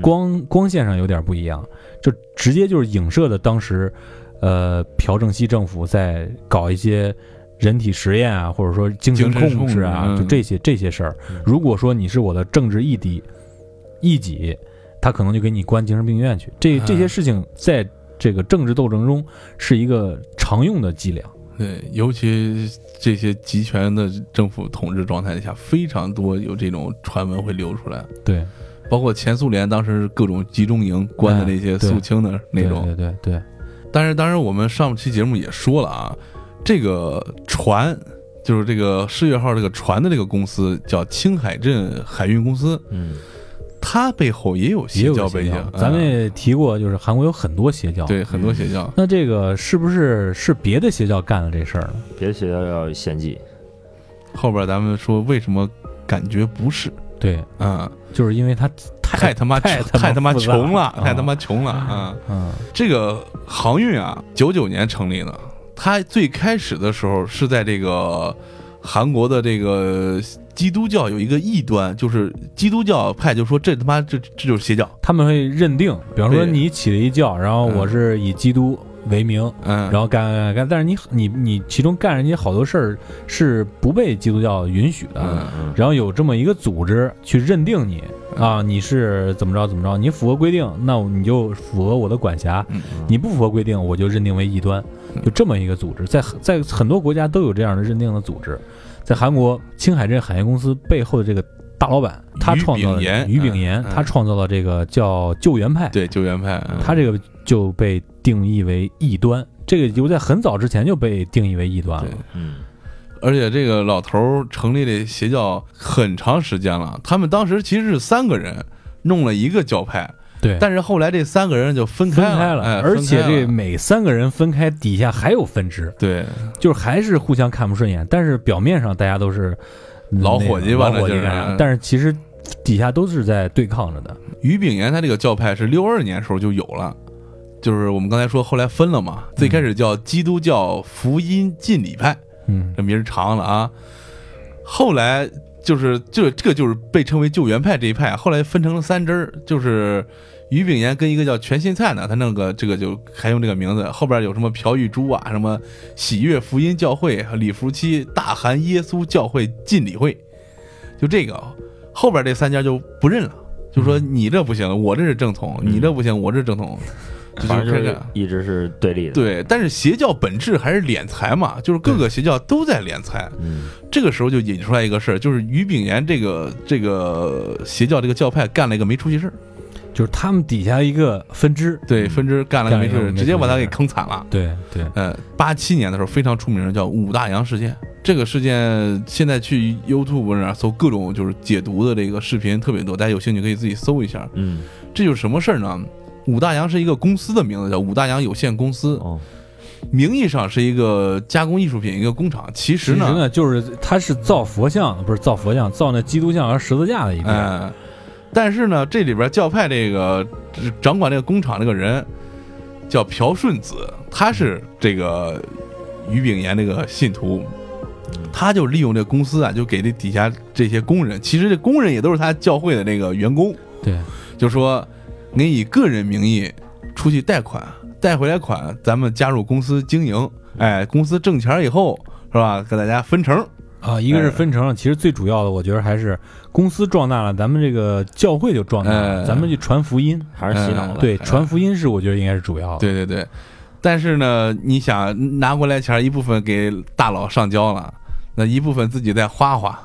[SPEAKER 3] 光光线上有点不一样，就直接就是影射的当时，呃朴正熙政府在搞一些。人体实验啊，或者说精神
[SPEAKER 2] 精神
[SPEAKER 3] 控制嗯啊，
[SPEAKER 2] 控制嗯
[SPEAKER 3] 就这些这些事儿。如果说你是我的政治异敌、异己，他可能就给你关精神病院去。这这些
[SPEAKER 2] 嗯
[SPEAKER 3] 事情在这个政治斗争中是一个常用的伎俩。
[SPEAKER 2] 对，尤其这些集权的政府统治状态下，非常多有这种传闻会流出来。
[SPEAKER 3] 对，
[SPEAKER 2] 包括前苏联当时各种集中营关的那些
[SPEAKER 3] 哎对
[SPEAKER 2] 肃清的那种。
[SPEAKER 3] 对对对对，
[SPEAKER 2] 但是当然我们上期节目也说了啊，这个船就是这个世越号这个船的这个公司叫青海镇海运公司，
[SPEAKER 4] 嗯，
[SPEAKER 2] 它背后也有
[SPEAKER 3] 也
[SPEAKER 2] 邪
[SPEAKER 3] 有
[SPEAKER 2] 教
[SPEAKER 3] 邪
[SPEAKER 2] 背景
[SPEAKER 3] 教。咱们
[SPEAKER 2] 嗯
[SPEAKER 3] 也提过，就是韩国有很多邪教。，
[SPEAKER 2] 对很多邪教，
[SPEAKER 3] 那这个是不是是别的邪教干了这事儿呢？
[SPEAKER 4] 别的学校要献祭，
[SPEAKER 2] 后边咱们说为什么感觉不是
[SPEAKER 3] 对，
[SPEAKER 2] 啊、
[SPEAKER 3] 就是因为他
[SPEAKER 2] 太他妈
[SPEAKER 3] 太
[SPEAKER 2] 太他妈
[SPEAKER 3] 复杂
[SPEAKER 2] 穷了，
[SPEAKER 3] 啊
[SPEAKER 2] 太他妈穷了啊！
[SPEAKER 3] 嗯
[SPEAKER 2] 这个航运啊，九九年成立的，它最开始的时候是在这个韩国的这个基督教有一个异端，就是基督教派就说这他妈这这就是邪教，
[SPEAKER 3] 他们会认定，比方说
[SPEAKER 2] 对
[SPEAKER 3] 你起了一教，然后我是以基督为名，
[SPEAKER 2] 嗯，
[SPEAKER 3] 然后干干干，但是你你你其中干人家好多事儿是不被基督教允许的，
[SPEAKER 2] 嗯
[SPEAKER 4] 嗯
[SPEAKER 3] 然后有这么一个组织去认定你
[SPEAKER 2] 嗯
[SPEAKER 3] 啊，你是怎么着怎么着，你符合规定，那你就符合我的管辖，
[SPEAKER 2] 嗯
[SPEAKER 3] 你不符合规定，我就认定为异端，就这么一个组织，在很在很多国家都有这样的认定的组织，在韩国青海镇海运公司背后的这个大老板，他
[SPEAKER 2] 于
[SPEAKER 3] 创造
[SPEAKER 2] 炳
[SPEAKER 3] 了
[SPEAKER 2] 炎
[SPEAKER 3] 于炳炎
[SPEAKER 2] 嗯，嗯
[SPEAKER 3] 他创造了这个叫救援派，
[SPEAKER 2] 对救援派，嗯
[SPEAKER 3] 他这个就被定义为异端，这个就在很早之前就被定义为异端了
[SPEAKER 2] 对。
[SPEAKER 4] 嗯
[SPEAKER 2] 而且这个老头儿成立这邪教很长时间了，他们当时其实是三个人弄了一个教派，
[SPEAKER 3] 对，
[SPEAKER 2] 但是后来这三个人就分
[SPEAKER 3] 分
[SPEAKER 2] 开了，
[SPEAKER 3] 开了，
[SPEAKER 2] 哎
[SPEAKER 3] 而且
[SPEAKER 2] 分开
[SPEAKER 3] 这
[SPEAKER 2] 了
[SPEAKER 3] 每三个人分开底下还有分支，
[SPEAKER 2] 对
[SPEAKER 3] 就是还是互相看不顺眼，但是表面上大家都是嗯
[SPEAKER 2] 老
[SPEAKER 3] 那个
[SPEAKER 2] 伙计吧
[SPEAKER 3] 老
[SPEAKER 2] 那就
[SPEAKER 3] 伙计
[SPEAKER 2] 是
[SPEAKER 3] 干啥，但是其实底下都是在对抗着的。
[SPEAKER 2] 于炳炎他这个教派是六二年时候就有了，就是我们刚才说后来分了嘛，最开始叫基督教福音浸礼派，
[SPEAKER 3] 嗯，
[SPEAKER 2] 这名儿长了啊。后来就是就是这个就是被称为救援派这一派，后来分成了三支儿，就是于炳炎跟一个叫全新灿的，他弄个这个就还用这个名字，后边有什么朴玉珠啊，什么喜悦福音教会、李福七、大韩耶稣教会浸礼会，就这个后边这三家就不认了。就说你这不行，我这是正统；
[SPEAKER 4] 嗯
[SPEAKER 2] 你这不行，我这是正统。就
[SPEAKER 4] 反正
[SPEAKER 2] 开
[SPEAKER 4] 就
[SPEAKER 2] 始
[SPEAKER 4] 是一直是对立的，，
[SPEAKER 2] 对，但是邪教本质还是敛财嘛，就是各个邪教都在敛财。
[SPEAKER 4] 嗯
[SPEAKER 2] 这个时候就引出来一个事儿，就是于炳炎这个这个邪教这个教派干了一个没出息事儿，
[SPEAKER 3] 就是他们底下一个分支，
[SPEAKER 2] 对，分支干了个没出
[SPEAKER 3] 嗯干
[SPEAKER 2] 息
[SPEAKER 3] 了一个
[SPEAKER 2] 事，
[SPEAKER 3] 没
[SPEAKER 2] 直接把他
[SPEAKER 3] 出息
[SPEAKER 2] 给
[SPEAKER 3] 事儿
[SPEAKER 2] 坑惨了。
[SPEAKER 3] 对对，
[SPEAKER 2] 呃，八七年的时候非常出名的叫五大洋事件，这个事件现在去 YouTube 上啊搜各种就是解读的这个视频特别多，大家有兴趣可以自己搜一下。
[SPEAKER 4] 嗯
[SPEAKER 2] 这就是什么事儿呢？五大洋是一个公司的名字，叫五大洋有限公司，
[SPEAKER 4] 哦，
[SPEAKER 2] 名义上是一个加工艺术品一个工厂，其
[SPEAKER 3] 其
[SPEAKER 2] 实
[SPEAKER 3] 实
[SPEAKER 2] 呢，
[SPEAKER 3] 呢，就是他是造佛像，不是造佛像，造那基督像和十字架的一个。
[SPEAKER 2] 嗯，但是呢，这里边教派这个呃掌管这个工厂这个人叫朴顺子，他是这个于炳炎这个信徒，他就利用这公司啊，就给这底下这些工人，其实这工人也都是他教会的那个员工，
[SPEAKER 3] 对，
[SPEAKER 2] 就说您以个人名义出去贷款，贷回来款咱们加入公司经营，哎，公司挣钱以后是吧，给大家分成，
[SPEAKER 3] 啊，一个是分
[SPEAKER 2] 哎
[SPEAKER 3] 成，其实最主要的，我觉得还是公司壮大了，咱们这个教会就壮大了，
[SPEAKER 2] 哎
[SPEAKER 3] 咱们去传福音。
[SPEAKER 4] 还是洗脑
[SPEAKER 2] 嗯
[SPEAKER 4] 了，
[SPEAKER 3] 对，传福音是我觉得应该是主要的。
[SPEAKER 2] 对对对，但是呢，你想拿过来钱儿一部分给大佬上交了，那一部分自己再花花，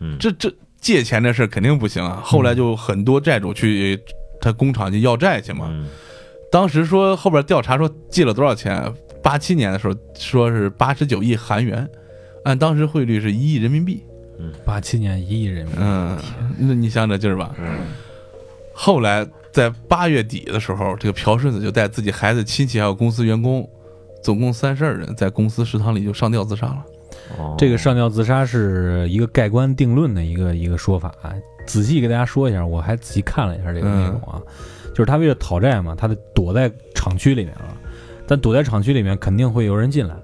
[SPEAKER 4] 嗯
[SPEAKER 2] 这这借钱这事儿肯定不行啊。后来就很多债主去他工厂去要债去嘛。
[SPEAKER 4] 嗯
[SPEAKER 2] 当时说后边调查说借了多少钱，八七年的时候说是八十九亿韩元，按当时汇率是一亿人民币。
[SPEAKER 3] 八七年一亿人民币，
[SPEAKER 2] 嗯，那你想这劲儿吧。
[SPEAKER 4] 嗯
[SPEAKER 2] 后来在八月底的时候，这个朴顺子就带自己孩子、亲戚还有公司员工，总共三十二人，在公司食堂里就上吊自杀了。
[SPEAKER 4] 哦
[SPEAKER 3] 这个上吊自杀是一个盖棺定论的一个一个说法啊。仔细给大家说一下，我还仔细看了一下这个内容啊，就是他为了讨债嘛，他得躲在厂区里面啊，但躲在厂区里面肯定会有人进来，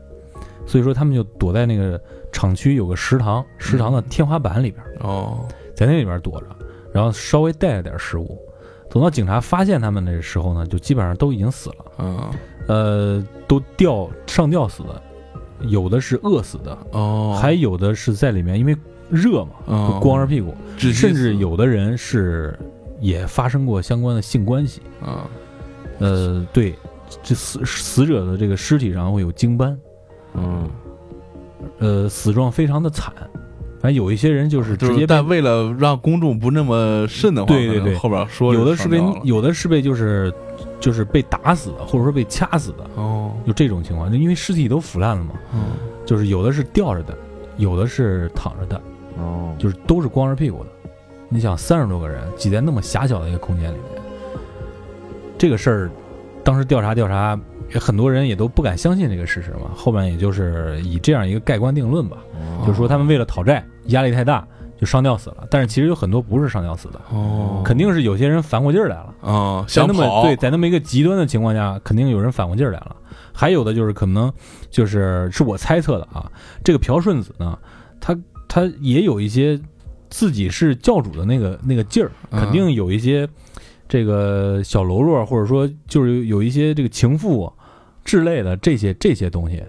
[SPEAKER 3] 所以说他们就躲在那个厂区有个食堂，食堂的天花板里边，
[SPEAKER 2] 哦，
[SPEAKER 3] 在那里边躲着，然后稍微带了点食物。等到警察发现他们的时候呢，就基本上都已经死了，
[SPEAKER 2] 嗯，
[SPEAKER 3] 呃，都吊上吊死的，有的是饿死的，
[SPEAKER 2] 哦，
[SPEAKER 3] 还有的是在里面因为热嘛，
[SPEAKER 2] 哦
[SPEAKER 3] 就光着屁股，
[SPEAKER 2] 窒息死
[SPEAKER 3] 甚至，有的人是也发生过相关的性关系。
[SPEAKER 2] 嗯，
[SPEAKER 3] 呃，对，这死死者的这个尸体上会有精斑，
[SPEAKER 4] 嗯
[SPEAKER 3] 呃，死状非常的惨，反正有一些人就是
[SPEAKER 2] 啊就
[SPEAKER 3] 直
[SPEAKER 2] 是
[SPEAKER 3] 接被
[SPEAKER 2] 但为了让公众不那么慎得慌，
[SPEAKER 3] 对对
[SPEAKER 2] 可能
[SPEAKER 3] 对
[SPEAKER 2] 后边说
[SPEAKER 3] 有的
[SPEAKER 2] 是
[SPEAKER 3] 是被有的是被就是就是被打死的，或者说被掐死的，
[SPEAKER 2] 哦，
[SPEAKER 3] 有这种情况，就因为尸体都腐烂了嘛，
[SPEAKER 2] 嗯
[SPEAKER 3] 就是有的是吊着的，有的是躺着的，
[SPEAKER 4] 哦，
[SPEAKER 3] 就是都是光着屁股的。你想三十多个人挤在那么狭小的一个空间里面，这个事儿当时调查调查，也很多人也都不敢相信这个事实嘛。后面也就是以这样一个盖棺定论吧，
[SPEAKER 4] 哦
[SPEAKER 3] 就是说他们为了讨债，压力太大就上吊死了。但是其实有很多不是上吊死的，
[SPEAKER 2] 哦，
[SPEAKER 3] 肯定是有些人反过劲儿来了。
[SPEAKER 2] 啊，
[SPEAKER 3] 嗯在
[SPEAKER 2] 想
[SPEAKER 3] 那么
[SPEAKER 2] 跑
[SPEAKER 3] 对，在那么一个极端的情况下，肯定有人反过劲儿来了。还有的就是可能就是是我猜测的啊，这个朴顺子呢，他他也有一些自己是教主的那个那个劲儿，
[SPEAKER 2] 嗯
[SPEAKER 3] 肯定有一些这个小喽啰，啊或者说就是有有一些这个情妇啊之类的这些这些东西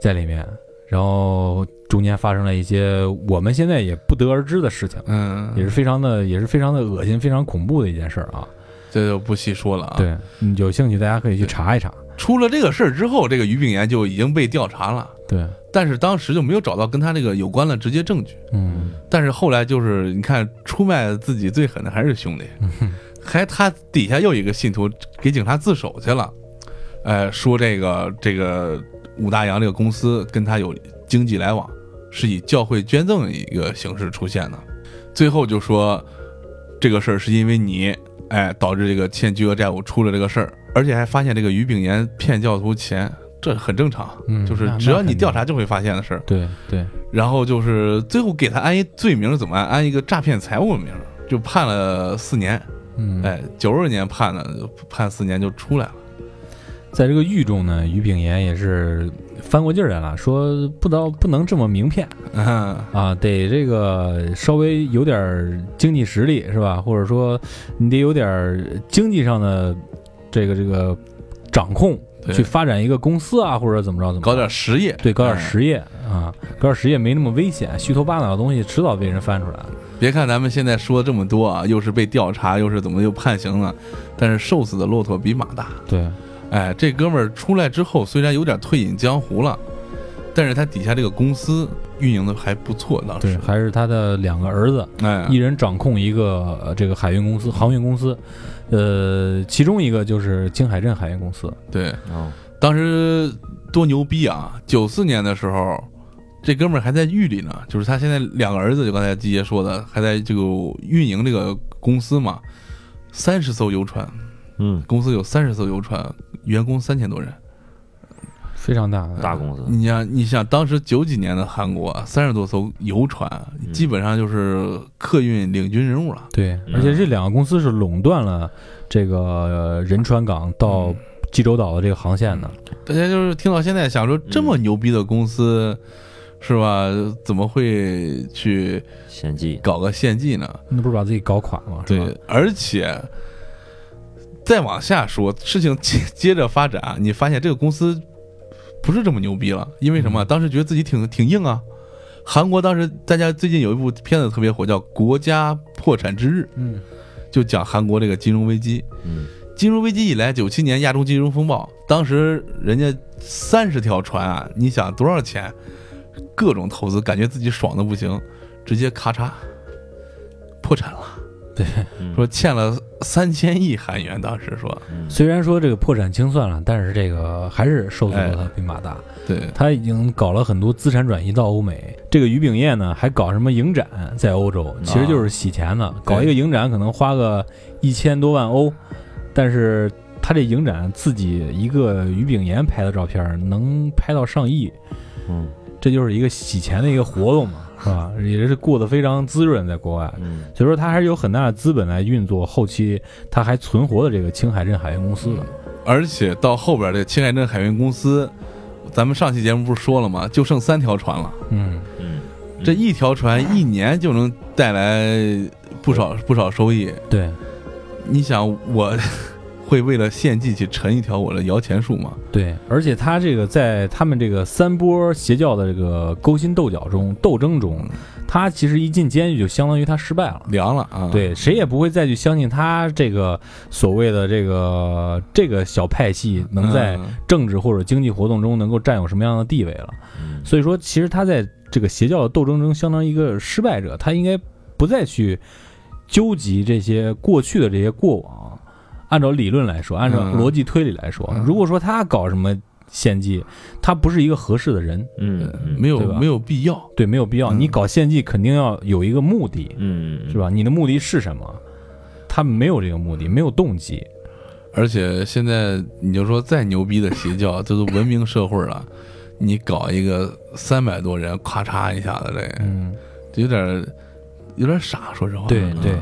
[SPEAKER 3] 在里面。然后中间发生了一些我们现在也不得而知的事情，
[SPEAKER 2] 嗯，
[SPEAKER 3] 也是非常的也是非常的恶心、非常恐怖的一件事儿啊。
[SPEAKER 2] 这就不细说了啊。，
[SPEAKER 3] 对，嗯有兴趣大家可以去查一查。
[SPEAKER 2] 出了这个事儿之后，这个于炳炎就已经被调查了，
[SPEAKER 3] 对，
[SPEAKER 2] 但是当时就没有找到跟他这个有关的直接证据。
[SPEAKER 3] 嗯，
[SPEAKER 2] 但是后来就是你看，出卖自己最狠的还是兄弟，还他底下又一个信徒给警察自首去了，呃，说这个这个武大洋这个公司跟他有经济来往，是以教会捐赠一个形式出现的，最后就说这个事儿是因为你，哎，导致这个欠巨额债务出了这个事儿，而且还发现这个于炳炎骗教徒钱，这很正常，
[SPEAKER 3] 嗯
[SPEAKER 2] 就是
[SPEAKER 3] 那
[SPEAKER 2] 只要你
[SPEAKER 3] 那肯定
[SPEAKER 2] 调查就会发现的事儿。
[SPEAKER 3] 对对，
[SPEAKER 2] 然后就是最后给他安一罪名是怎么安？安一个诈骗财物名，就判了四年。
[SPEAKER 3] 嗯，
[SPEAKER 2] 哎，九十年判的，判四年就出来了。
[SPEAKER 3] 在这个狱中呢，于炳炎也是翻过劲儿来了，说不到不能这么明骗
[SPEAKER 2] 嗯，
[SPEAKER 3] 啊，得这个稍微有点儿经济实力是吧？或者说你得有点儿经济上的这个这个掌控，
[SPEAKER 2] 对
[SPEAKER 3] 去发展一个公司啊，或者怎么着怎 么着
[SPEAKER 2] 搞点实业，
[SPEAKER 3] 对搞点
[SPEAKER 2] 哎。
[SPEAKER 3] 实业啊，搞点实业没那么危险，虚头巴脑的东西迟早被人翻出来。
[SPEAKER 2] 别看咱们现在说这么多啊，又是被调查，又是怎么又判刑了，但是瘦死的骆驼比马大。
[SPEAKER 3] 对，
[SPEAKER 2] 哎，这哥们儿出来之后，虽然有点退隐江湖了，但是他底下这个公司运营的还不错，当
[SPEAKER 3] 对，
[SPEAKER 2] 时。
[SPEAKER 3] 还是他的两个儿子，
[SPEAKER 2] 哎，
[SPEAKER 3] 一人掌控一个呃这个海运公司、航运公司，呃，其中一个就是京海镇海运公司。
[SPEAKER 2] 对，
[SPEAKER 4] 哦
[SPEAKER 2] 当时多牛逼啊！九四年的时候，这哥们儿还在狱里呢，就是他现在两个儿子，就刚才季爷说的，还在这个运营这个公司嘛。三十艘游船，
[SPEAKER 4] 嗯，
[SPEAKER 2] 公司有三十艘游船，员工三千多人。
[SPEAKER 3] 非常大的
[SPEAKER 4] 大公司，
[SPEAKER 2] 你想，你想，当时九几年的韩国，啊三十多艘游船，
[SPEAKER 4] 嗯
[SPEAKER 2] 基本上就是客运领军人物了。
[SPEAKER 3] 对，
[SPEAKER 4] 嗯
[SPEAKER 3] 而且这两个公司是垄断了这个呃仁川港到济州岛的这个航线的。
[SPEAKER 2] 大家就是听到现在想说，这么牛逼的公司，是吧？怎么会去
[SPEAKER 4] 献祭，
[SPEAKER 2] 搞个献祭呢？
[SPEAKER 3] 那不是把自己搞垮吗？是吧，
[SPEAKER 2] 对，而且再往下说，事情接接着发展啊，你发现这个公司不是这么牛逼了，因为什么？
[SPEAKER 3] 嗯
[SPEAKER 2] 当时觉得自己挺挺硬啊。韩国当时大家最近有一部片子特别火，叫《国家破产之日
[SPEAKER 3] 嗯，》，
[SPEAKER 2] 就讲韩国这个金融危机。
[SPEAKER 4] 嗯，
[SPEAKER 2] 金融危机以来，九七年亚洲金融风暴，当时人家三十条船啊，你想多少钱？各种投资，感觉自己爽的不行，直接咔嚓破产了。
[SPEAKER 4] 嗯
[SPEAKER 2] 说欠了三千亿韩元，当时说，
[SPEAKER 4] 嗯
[SPEAKER 3] 虽然说这个破产清算了，但是这个还是瘦死
[SPEAKER 2] 哎
[SPEAKER 3] 骆驼比马大。
[SPEAKER 2] 对，
[SPEAKER 3] 他已经搞了很多资产转移到欧美。这个于炳业呢，还搞什么影展在欧洲，其实就是洗钱呢。搞一个影展可能花个一千多万欧，但是他这影展自己一个于炳炎拍的照片能拍到上亿，
[SPEAKER 4] 嗯
[SPEAKER 3] 这就是一个洗钱的一个活动嘛，是吧？也是过得非常滋润，在国外。
[SPEAKER 4] 嗯
[SPEAKER 3] 所以说，他还是有很大的资本来运作后期他还存活的这个青海镇海运公司的。
[SPEAKER 2] 而且到后边这个青海镇海运公司，咱们上期节目不是说了吗？就剩三条船了，
[SPEAKER 3] 嗯，
[SPEAKER 4] 嗯，
[SPEAKER 2] 这一条船一年就能带来不少不少收益。
[SPEAKER 3] 对，
[SPEAKER 2] 你想，我 会为了献祭去沉一条我的摇钱树吗？
[SPEAKER 3] 对，而且他这个在他们这个三波邪教的这个勾心斗角中、斗争中，他其实一进监狱就相当于他失败了。
[SPEAKER 2] 嗯凉了啊！，
[SPEAKER 3] 对，谁也不会再去相信他这个所谓的这个这个小派系
[SPEAKER 2] 嗯
[SPEAKER 3] 嗯能在政治或者经济活动中能够占有什么样的地位了。
[SPEAKER 4] 嗯
[SPEAKER 3] 所以说，其实他在这个邪教斗争中相当于一个失败者，他应该不再去纠集这些过去的这些过往。按照理论来说，按照
[SPEAKER 2] 嗯
[SPEAKER 3] 逻辑推理来说，
[SPEAKER 2] 嗯
[SPEAKER 3] 如果说他搞什么献祭，他不是一个合适的人，
[SPEAKER 4] 嗯
[SPEAKER 2] 呃
[SPEAKER 4] 嗯
[SPEAKER 2] 没有
[SPEAKER 3] 对吧
[SPEAKER 2] 没有必要。
[SPEAKER 3] 对，没有必要。
[SPEAKER 2] 嗯
[SPEAKER 3] 你搞献祭肯定要有一个目的，
[SPEAKER 4] 嗯，
[SPEAKER 3] 是？吧？你的目的是什么？他没有这个目的，没有动机。
[SPEAKER 2] 而且现在你就说再牛逼的邪教，这都文明社会了，你搞一个三百多人，咔嚓一下子这，
[SPEAKER 3] 嗯，
[SPEAKER 2] 这有点有点傻，说实话。
[SPEAKER 3] 对
[SPEAKER 2] 嗯
[SPEAKER 3] 对，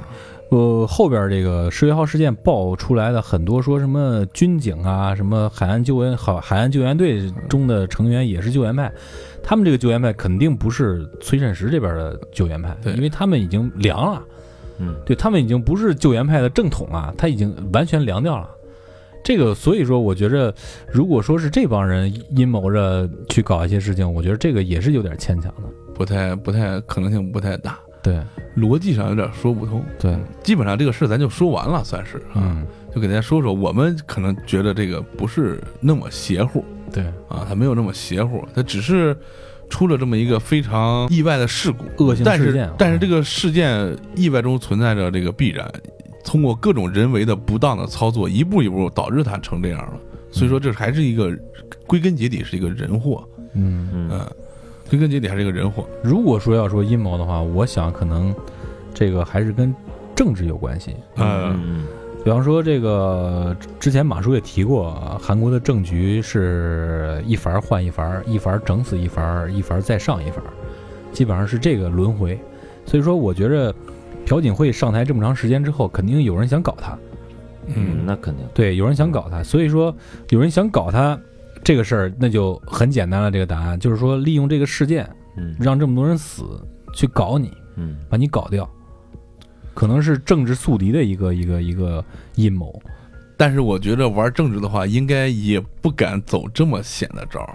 [SPEAKER 3] 呃，后边这个“十月号”事件爆出来的很多说什么军警啊，什么海岸救援好海岸救援队中的成员也是救援派，他们这个救援派肯定不是崔善石这边的救援派，
[SPEAKER 2] 对
[SPEAKER 3] 因为他们已经凉了，
[SPEAKER 4] 嗯
[SPEAKER 3] 对他们已经不是救援派的正统了，他已经完全凉掉了。这个，所以说，我觉着，如果说是这帮人阴谋着去搞一些事情，我觉得这个也是有点牵强的。
[SPEAKER 2] 不太不太可能性不太大，
[SPEAKER 3] 对
[SPEAKER 2] 逻辑上有点说不通。嗯
[SPEAKER 3] 对，
[SPEAKER 2] 基本上这个事儿咱就说完了，算是啊，
[SPEAKER 3] 嗯，
[SPEAKER 2] 就给大家说说，我们可能觉得这个不是那么邪乎
[SPEAKER 3] 对，
[SPEAKER 2] 啊，它没有那么邪乎，它只是出了这么一个非常意外的事故，
[SPEAKER 3] 恶性
[SPEAKER 2] 但
[SPEAKER 3] 事件
[SPEAKER 2] 是
[SPEAKER 3] 啊
[SPEAKER 2] 但是这个事件意外中存在着这个必然，通过各种人为的不当的操作，一步一步导致它成这样了。所以说，这还是一个归根结底是一个人祸，
[SPEAKER 3] 嗯。
[SPEAKER 4] 嗯
[SPEAKER 2] 嗯，归根结底还是一个人祸。
[SPEAKER 3] 如果说要说阴谋的话，我想可能这个还是跟政治有关系。
[SPEAKER 2] 嗯，
[SPEAKER 4] 嗯
[SPEAKER 3] 比方说，这个之前马叔也提过，啊韩国的政局是一伐换一伐，一伐整死一伐，一伐再上一伐，基本上是这个轮回。所以说，我觉着朴槿惠上台这么长时间之后，肯定有人想搞他，
[SPEAKER 4] 嗯，那肯定，
[SPEAKER 3] 对，有人想搞他。所以说，有人想搞他这个事儿，那就很简单了。这个答案就是说，利用这个事件
[SPEAKER 4] 嗯
[SPEAKER 3] 让这么多人死，去搞你。
[SPEAKER 4] 嗯
[SPEAKER 3] 把你搞掉，可能是政治宿敌的一个一个一个阴谋。
[SPEAKER 2] 但是我觉得玩政治的话，应该也不敢走这么险的招儿，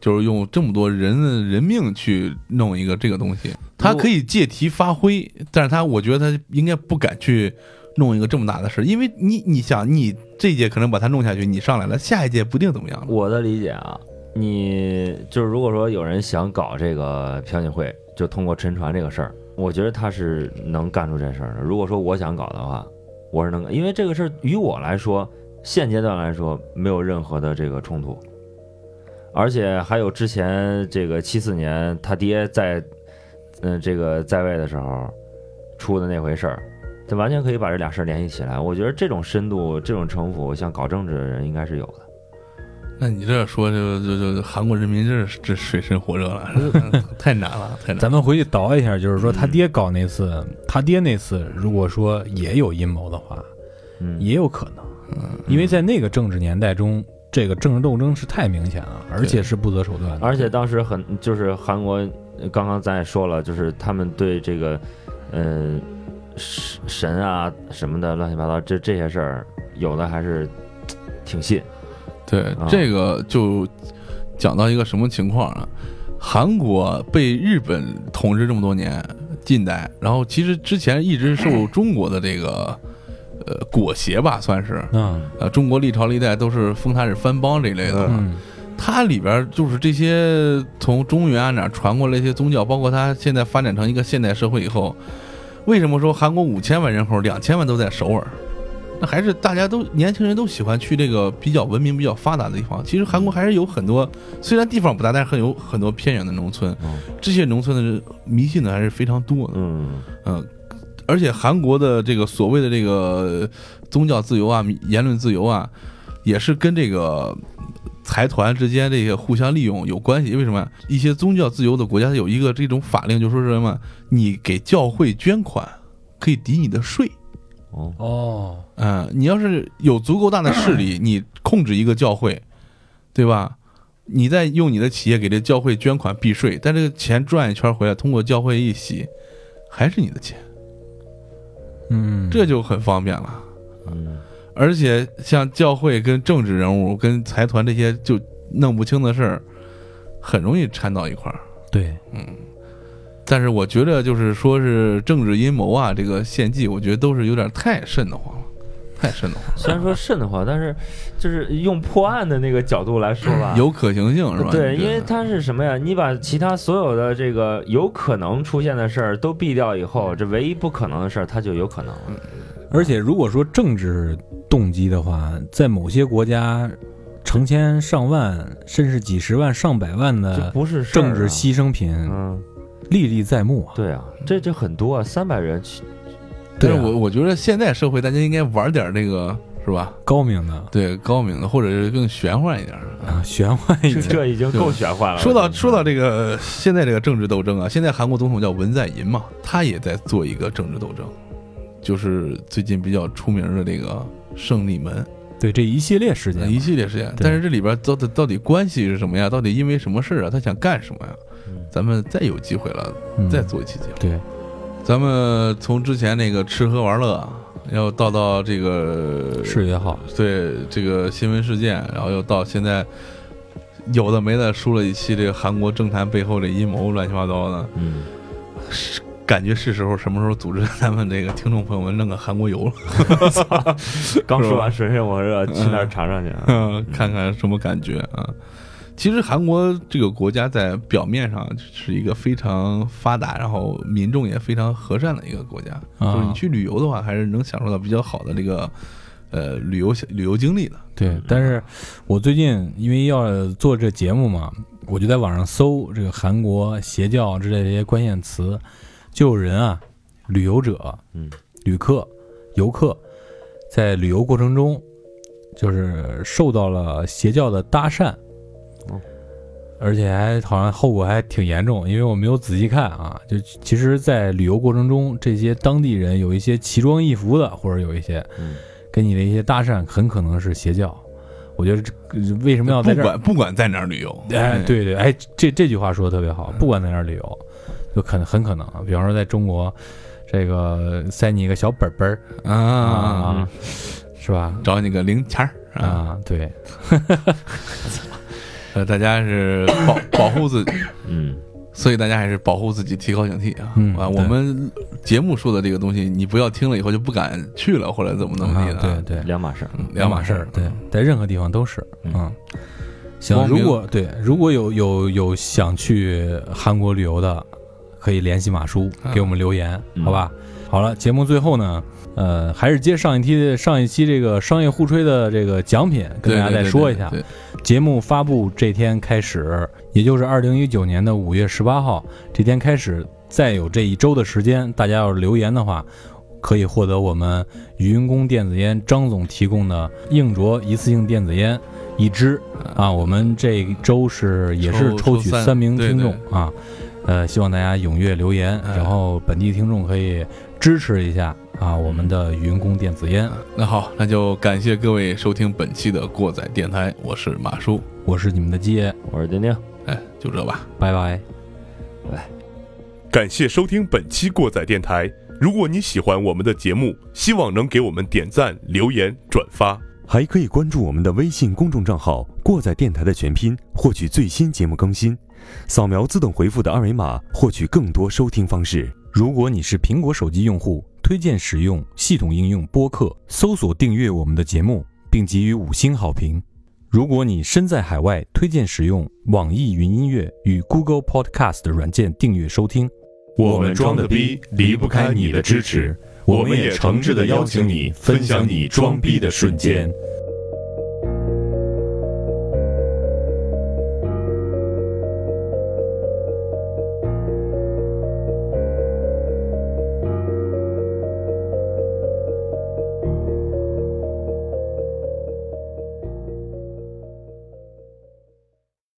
[SPEAKER 2] 就是用这么多人的人命去弄一个这个东西。他可以借题发挥，但是他我觉得他应该不敢去弄一个这么大的事儿，因为你你想，你这一届可能把他弄下去，你上来了，下一届不定怎么样了。
[SPEAKER 4] 我的理解啊，你就是如果说有人想搞这个朴槿惠，就通过沉船这个事儿，我觉得他是能干出这事儿的。如果说我想搞的话，我是能干，因为这个事儿于我来说，现阶段来说没有任何的这个冲突，而且还有之前这个七四年他爹在，嗯、这个在位的时候出的那回事儿。他完全可以把这俩事儿联系起来，我觉得这种深度、这种城府，像搞政治的人应该是有的。
[SPEAKER 2] 那你这说就就就韩国人民这这水深火热了， 太难了，太难了。
[SPEAKER 3] 咱们回去倒一下，就是说他爹搞那次，他爹那次如果说也有阴谋的话，
[SPEAKER 4] 嗯，
[SPEAKER 3] 也有可能，因为在那个政治年代中，这个政治斗争是太明显了，而且是不择手段的。
[SPEAKER 4] 而且当时很就是韩国，呃刚刚咱也说了，就是他们对这个，呃，神神啊什么的乱七八糟，这这些事儿，有的还是嘖挺信。
[SPEAKER 2] 对
[SPEAKER 4] 啊，
[SPEAKER 2] 这个就讲到一个什么情况啊？韩国被日本统治这么多年，近代，然后其实之前一直受中国的这个呃裹挟吧，算是
[SPEAKER 3] 嗯
[SPEAKER 2] 呃中国历朝历代都是封他是藩邦这一类的。
[SPEAKER 3] 嗯
[SPEAKER 2] 它里边就是这些从中原啊哪儿传过来一些宗教，包括它现在发展成一个现代社会以后，为什么说韩国五千万人口，两千万都在首尔？那还是大家都年轻人都喜欢去这个比较文明、比较发达的地方。其实韩国还是有很多，虽然地方不大，但是很有很多偏远的农村
[SPEAKER 4] 嗯。
[SPEAKER 2] 这些农村的人迷信的还是非常多的。
[SPEAKER 4] 嗯
[SPEAKER 2] 嗯，而且韩国的这个所谓的这个宗教自由啊、言论自由啊，也是跟这个财团之间这个互相利用有关系。为什么呀？一些宗教自由的国家它有一个这种法令，就说是什么，你给教会捐款可以抵你的税。
[SPEAKER 4] 哦，
[SPEAKER 3] 哦，
[SPEAKER 2] 嗯，你要是有足够大的势力，你控制一个教会，对吧？你再用你的企业给这教会捐款避税，但这个钱转一圈回来，通过教会一洗，还是你的钱。
[SPEAKER 3] 嗯，
[SPEAKER 2] 这就很方便了。
[SPEAKER 4] 嗯
[SPEAKER 2] 而且像教会跟政治人物、跟财团这些就弄不清的事儿，很容易掺到一块儿。
[SPEAKER 3] 对，
[SPEAKER 2] 但是我觉得，就是说是政治阴谋啊，这个献祭，我觉得都是有点太瘆得慌了。太瘆得慌，
[SPEAKER 4] 虽然说瘆得慌，但是就是用破案的那个角度来说吧，
[SPEAKER 5] 有可行性是吧？
[SPEAKER 4] 啊对，
[SPEAKER 5] 你
[SPEAKER 4] 因
[SPEAKER 5] 觉得
[SPEAKER 4] 为它是什么呀？你把其他所有的这个有可能出现的事儿都避掉以后，这唯一不可能的事儿，它就有可能了。
[SPEAKER 3] 而且如果说政治动机的话，在某些国家，成千上万甚至几十万、上百万
[SPEAKER 4] 这
[SPEAKER 3] 的
[SPEAKER 4] 不是事儿啊
[SPEAKER 3] 政治牺牲品
[SPEAKER 4] 嗯，
[SPEAKER 3] 历历在目啊。
[SPEAKER 4] 对啊，这这很多啊，三百人去，
[SPEAKER 3] 对
[SPEAKER 2] 但
[SPEAKER 3] 啊
[SPEAKER 2] 是我我觉得现在社会大家应该玩点那个是吧？
[SPEAKER 3] 高明的
[SPEAKER 2] 对，高明的或者是更玄幻一点。
[SPEAKER 3] 啊，玄幻 一
[SPEAKER 4] 这
[SPEAKER 3] 点，
[SPEAKER 4] 这已经够玄
[SPEAKER 3] 啊
[SPEAKER 4] 幻了。
[SPEAKER 2] 说到
[SPEAKER 4] 我
[SPEAKER 3] 嗯
[SPEAKER 4] 觉得
[SPEAKER 2] 说到这个现在这个政治斗争啊，现在韩国总统叫文在寅嘛，他也在做一个政治斗争，就是最近比较出名的这个胜利门
[SPEAKER 3] 对这一系列事件
[SPEAKER 2] 一系列事件，
[SPEAKER 3] 对
[SPEAKER 2] 但是这里边到底到底关系是什么呀？到底因为什么事儿啊？他想干什么呀
[SPEAKER 4] 嗯？
[SPEAKER 2] 咱们再有机会了，
[SPEAKER 3] 嗯
[SPEAKER 2] 再做一期节目。
[SPEAKER 3] 对，
[SPEAKER 2] 咱们从之前那个吃喝玩乐啊，要到到这个
[SPEAKER 3] 视觉号，
[SPEAKER 2] 对这个新闻事件，然后又到现在有的没的说了一期这个韩国政坛背后这阴谋乱七八糟的，
[SPEAKER 4] 嗯，
[SPEAKER 2] 是感觉是时候什么时候组织咱们这个听众朋友们弄个韩国游了，
[SPEAKER 4] 刚说完
[SPEAKER 2] 是
[SPEAKER 4] 水
[SPEAKER 2] 吧
[SPEAKER 4] 水，我这去那儿尝尝去啊。
[SPEAKER 2] 嗯看看什么感觉啊。其实韩国这个国家在表面上是一个非常发达，然后民众也非常和善的一个国家。
[SPEAKER 3] 啊
[SPEAKER 2] 就是你去旅游的话，还是能享受到比较好的这个呃旅游旅游经历的。
[SPEAKER 3] 对，但是我最近因为要做这节目嘛，我就在网上搜这个韩国邪教之类的这些关键词，就有人啊，旅游者、
[SPEAKER 4] 嗯，
[SPEAKER 3] 旅客、游客，在旅游过程中，就是受到了邪教的搭讪
[SPEAKER 4] 哦，
[SPEAKER 3] 而且还好像后果还挺严重，因为我没有仔细看啊，就其实，在旅游过程中，这些当地人有一些奇装异服的，或者有一些
[SPEAKER 4] 嗯
[SPEAKER 3] 跟你的一些搭讪，很可能是邪教。我觉得这为什么要在
[SPEAKER 2] 不
[SPEAKER 3] 这儿？
[SPEAKER 2] 管不管在哪儿旅游，
[SPEAKER 3] 哎，对对，哎，这这句话说的特别好，不管在哪儿旅游，就可能很可能啊，比方说在中国，这个塞你一个小本本儿
[SPEAKER 4] 嗯
[SPEAKER 2] 啊，
[SPEAKER 3] 啊，是吧？
[SPEAKER 2] 找你个零钱儿啊！
[SPEAKER 3] 啊，对，
[SPEAKER 2] 呃，大家是保 保护自己，
[SPEAKER 4] 嗯，
[SPEAKER 2] 所以大家还是保护自己，提高警惕啊！
[SPEAKER 3] 嗯
[SPEAKER 2] 啊，
[SPEAKER 3] 对
[SPEAKER 2] 我们节目说的这个东西，你不要听了以后就不敢去了，或者怎么怎么地的
[SPEAKER 3] 啊对
[SPEAKER 2] 啊，
[SPEAKER 3] 对，
[SPEAKER 4] 两码事儿。
[SPEAKER 2] 嗯两码事儿。
[SPEAKER 3] 对，在任何地方都是，
[SPEAKER 4] 嗯
[SPEAKER 3] 嗯。行，
[SPEAKER 2] 光明
[SPEAKER 3] 如果对，如果有有有想去韩国旅游的，可以联系马叔
[SPEAKER 2] 啊
[SPEAKER 3] 给我们留言，
[SPEAKER 4] 嗯
[SPEAKER 3] 好吧？好了，节目最后呢，呃，还是接上一期上一期这个商业互吹的这个奖品，跟
[SPEAKER 2] 对，
[SPEAKER 3] 大家
[SPEAKER 2] 对
[SPEAKER 3] 再
[SPEAKER 2] 对
[SPEAKER 3] 说
[SPEAKER 2] 对
[SPEAKER 3] 一下。
[SPEAKER 2] 对，
[SPEAKER 3] 节目发布这天开始，也就是二零一九年的五月十八号这天开始，再有这一周的时间，大家要是留言的话，可以获得我们云工电子烟张总提供的硬着一次性电子烟一支啊。我们这一周是也是
[SPEAKER 2] 抽
[SPEAKER 3] 抽取
[SPEAKER 2] 抽三
[SPEAKER 3] 三名听众
[SPEAKER 2] 对
[SPEAKER 3] 啊，呃，希望大家踊跃留言，
[SPEAKER 2] 哎
[SPEAKER 3] 然后本地听众可以支持一下啊我们的云工电子烟。
[SPEAKER 2] 那好，那就感谢各位收听本期的过载电台，我是马叔，
[SPEAKER 3] 我是你们的鸡爷，
[SPEAKER 4] 我是丁丁。
[SPEAKER 2] 哎，就这吧。
[SPEAKER 3] 拜拜。
[SPEAKER 1] 感谢收听本期过载电台。如果你喜欢我们的节目，希望能给我们点赞、留言、转发。
[SPEAKER 6] 还可以关注我们的微信公众账号“过载电台”的全拼，获取最新节目更新。扫描自动回复的二维码，获取更多收听方式。
[SPEAKER 3] 如果你是苹果手机用户，推荐使用系统应用播客，搜索订阅我们的节目，并给予五星好评。如果你身在海外，推荐使用网易云音乐与 Google Podcast 的软件订阅收听。
[SPEAKER 1] 我们装的逼离不开你的支持，我们也诚挚的邀请你分享你装逼的瞬间。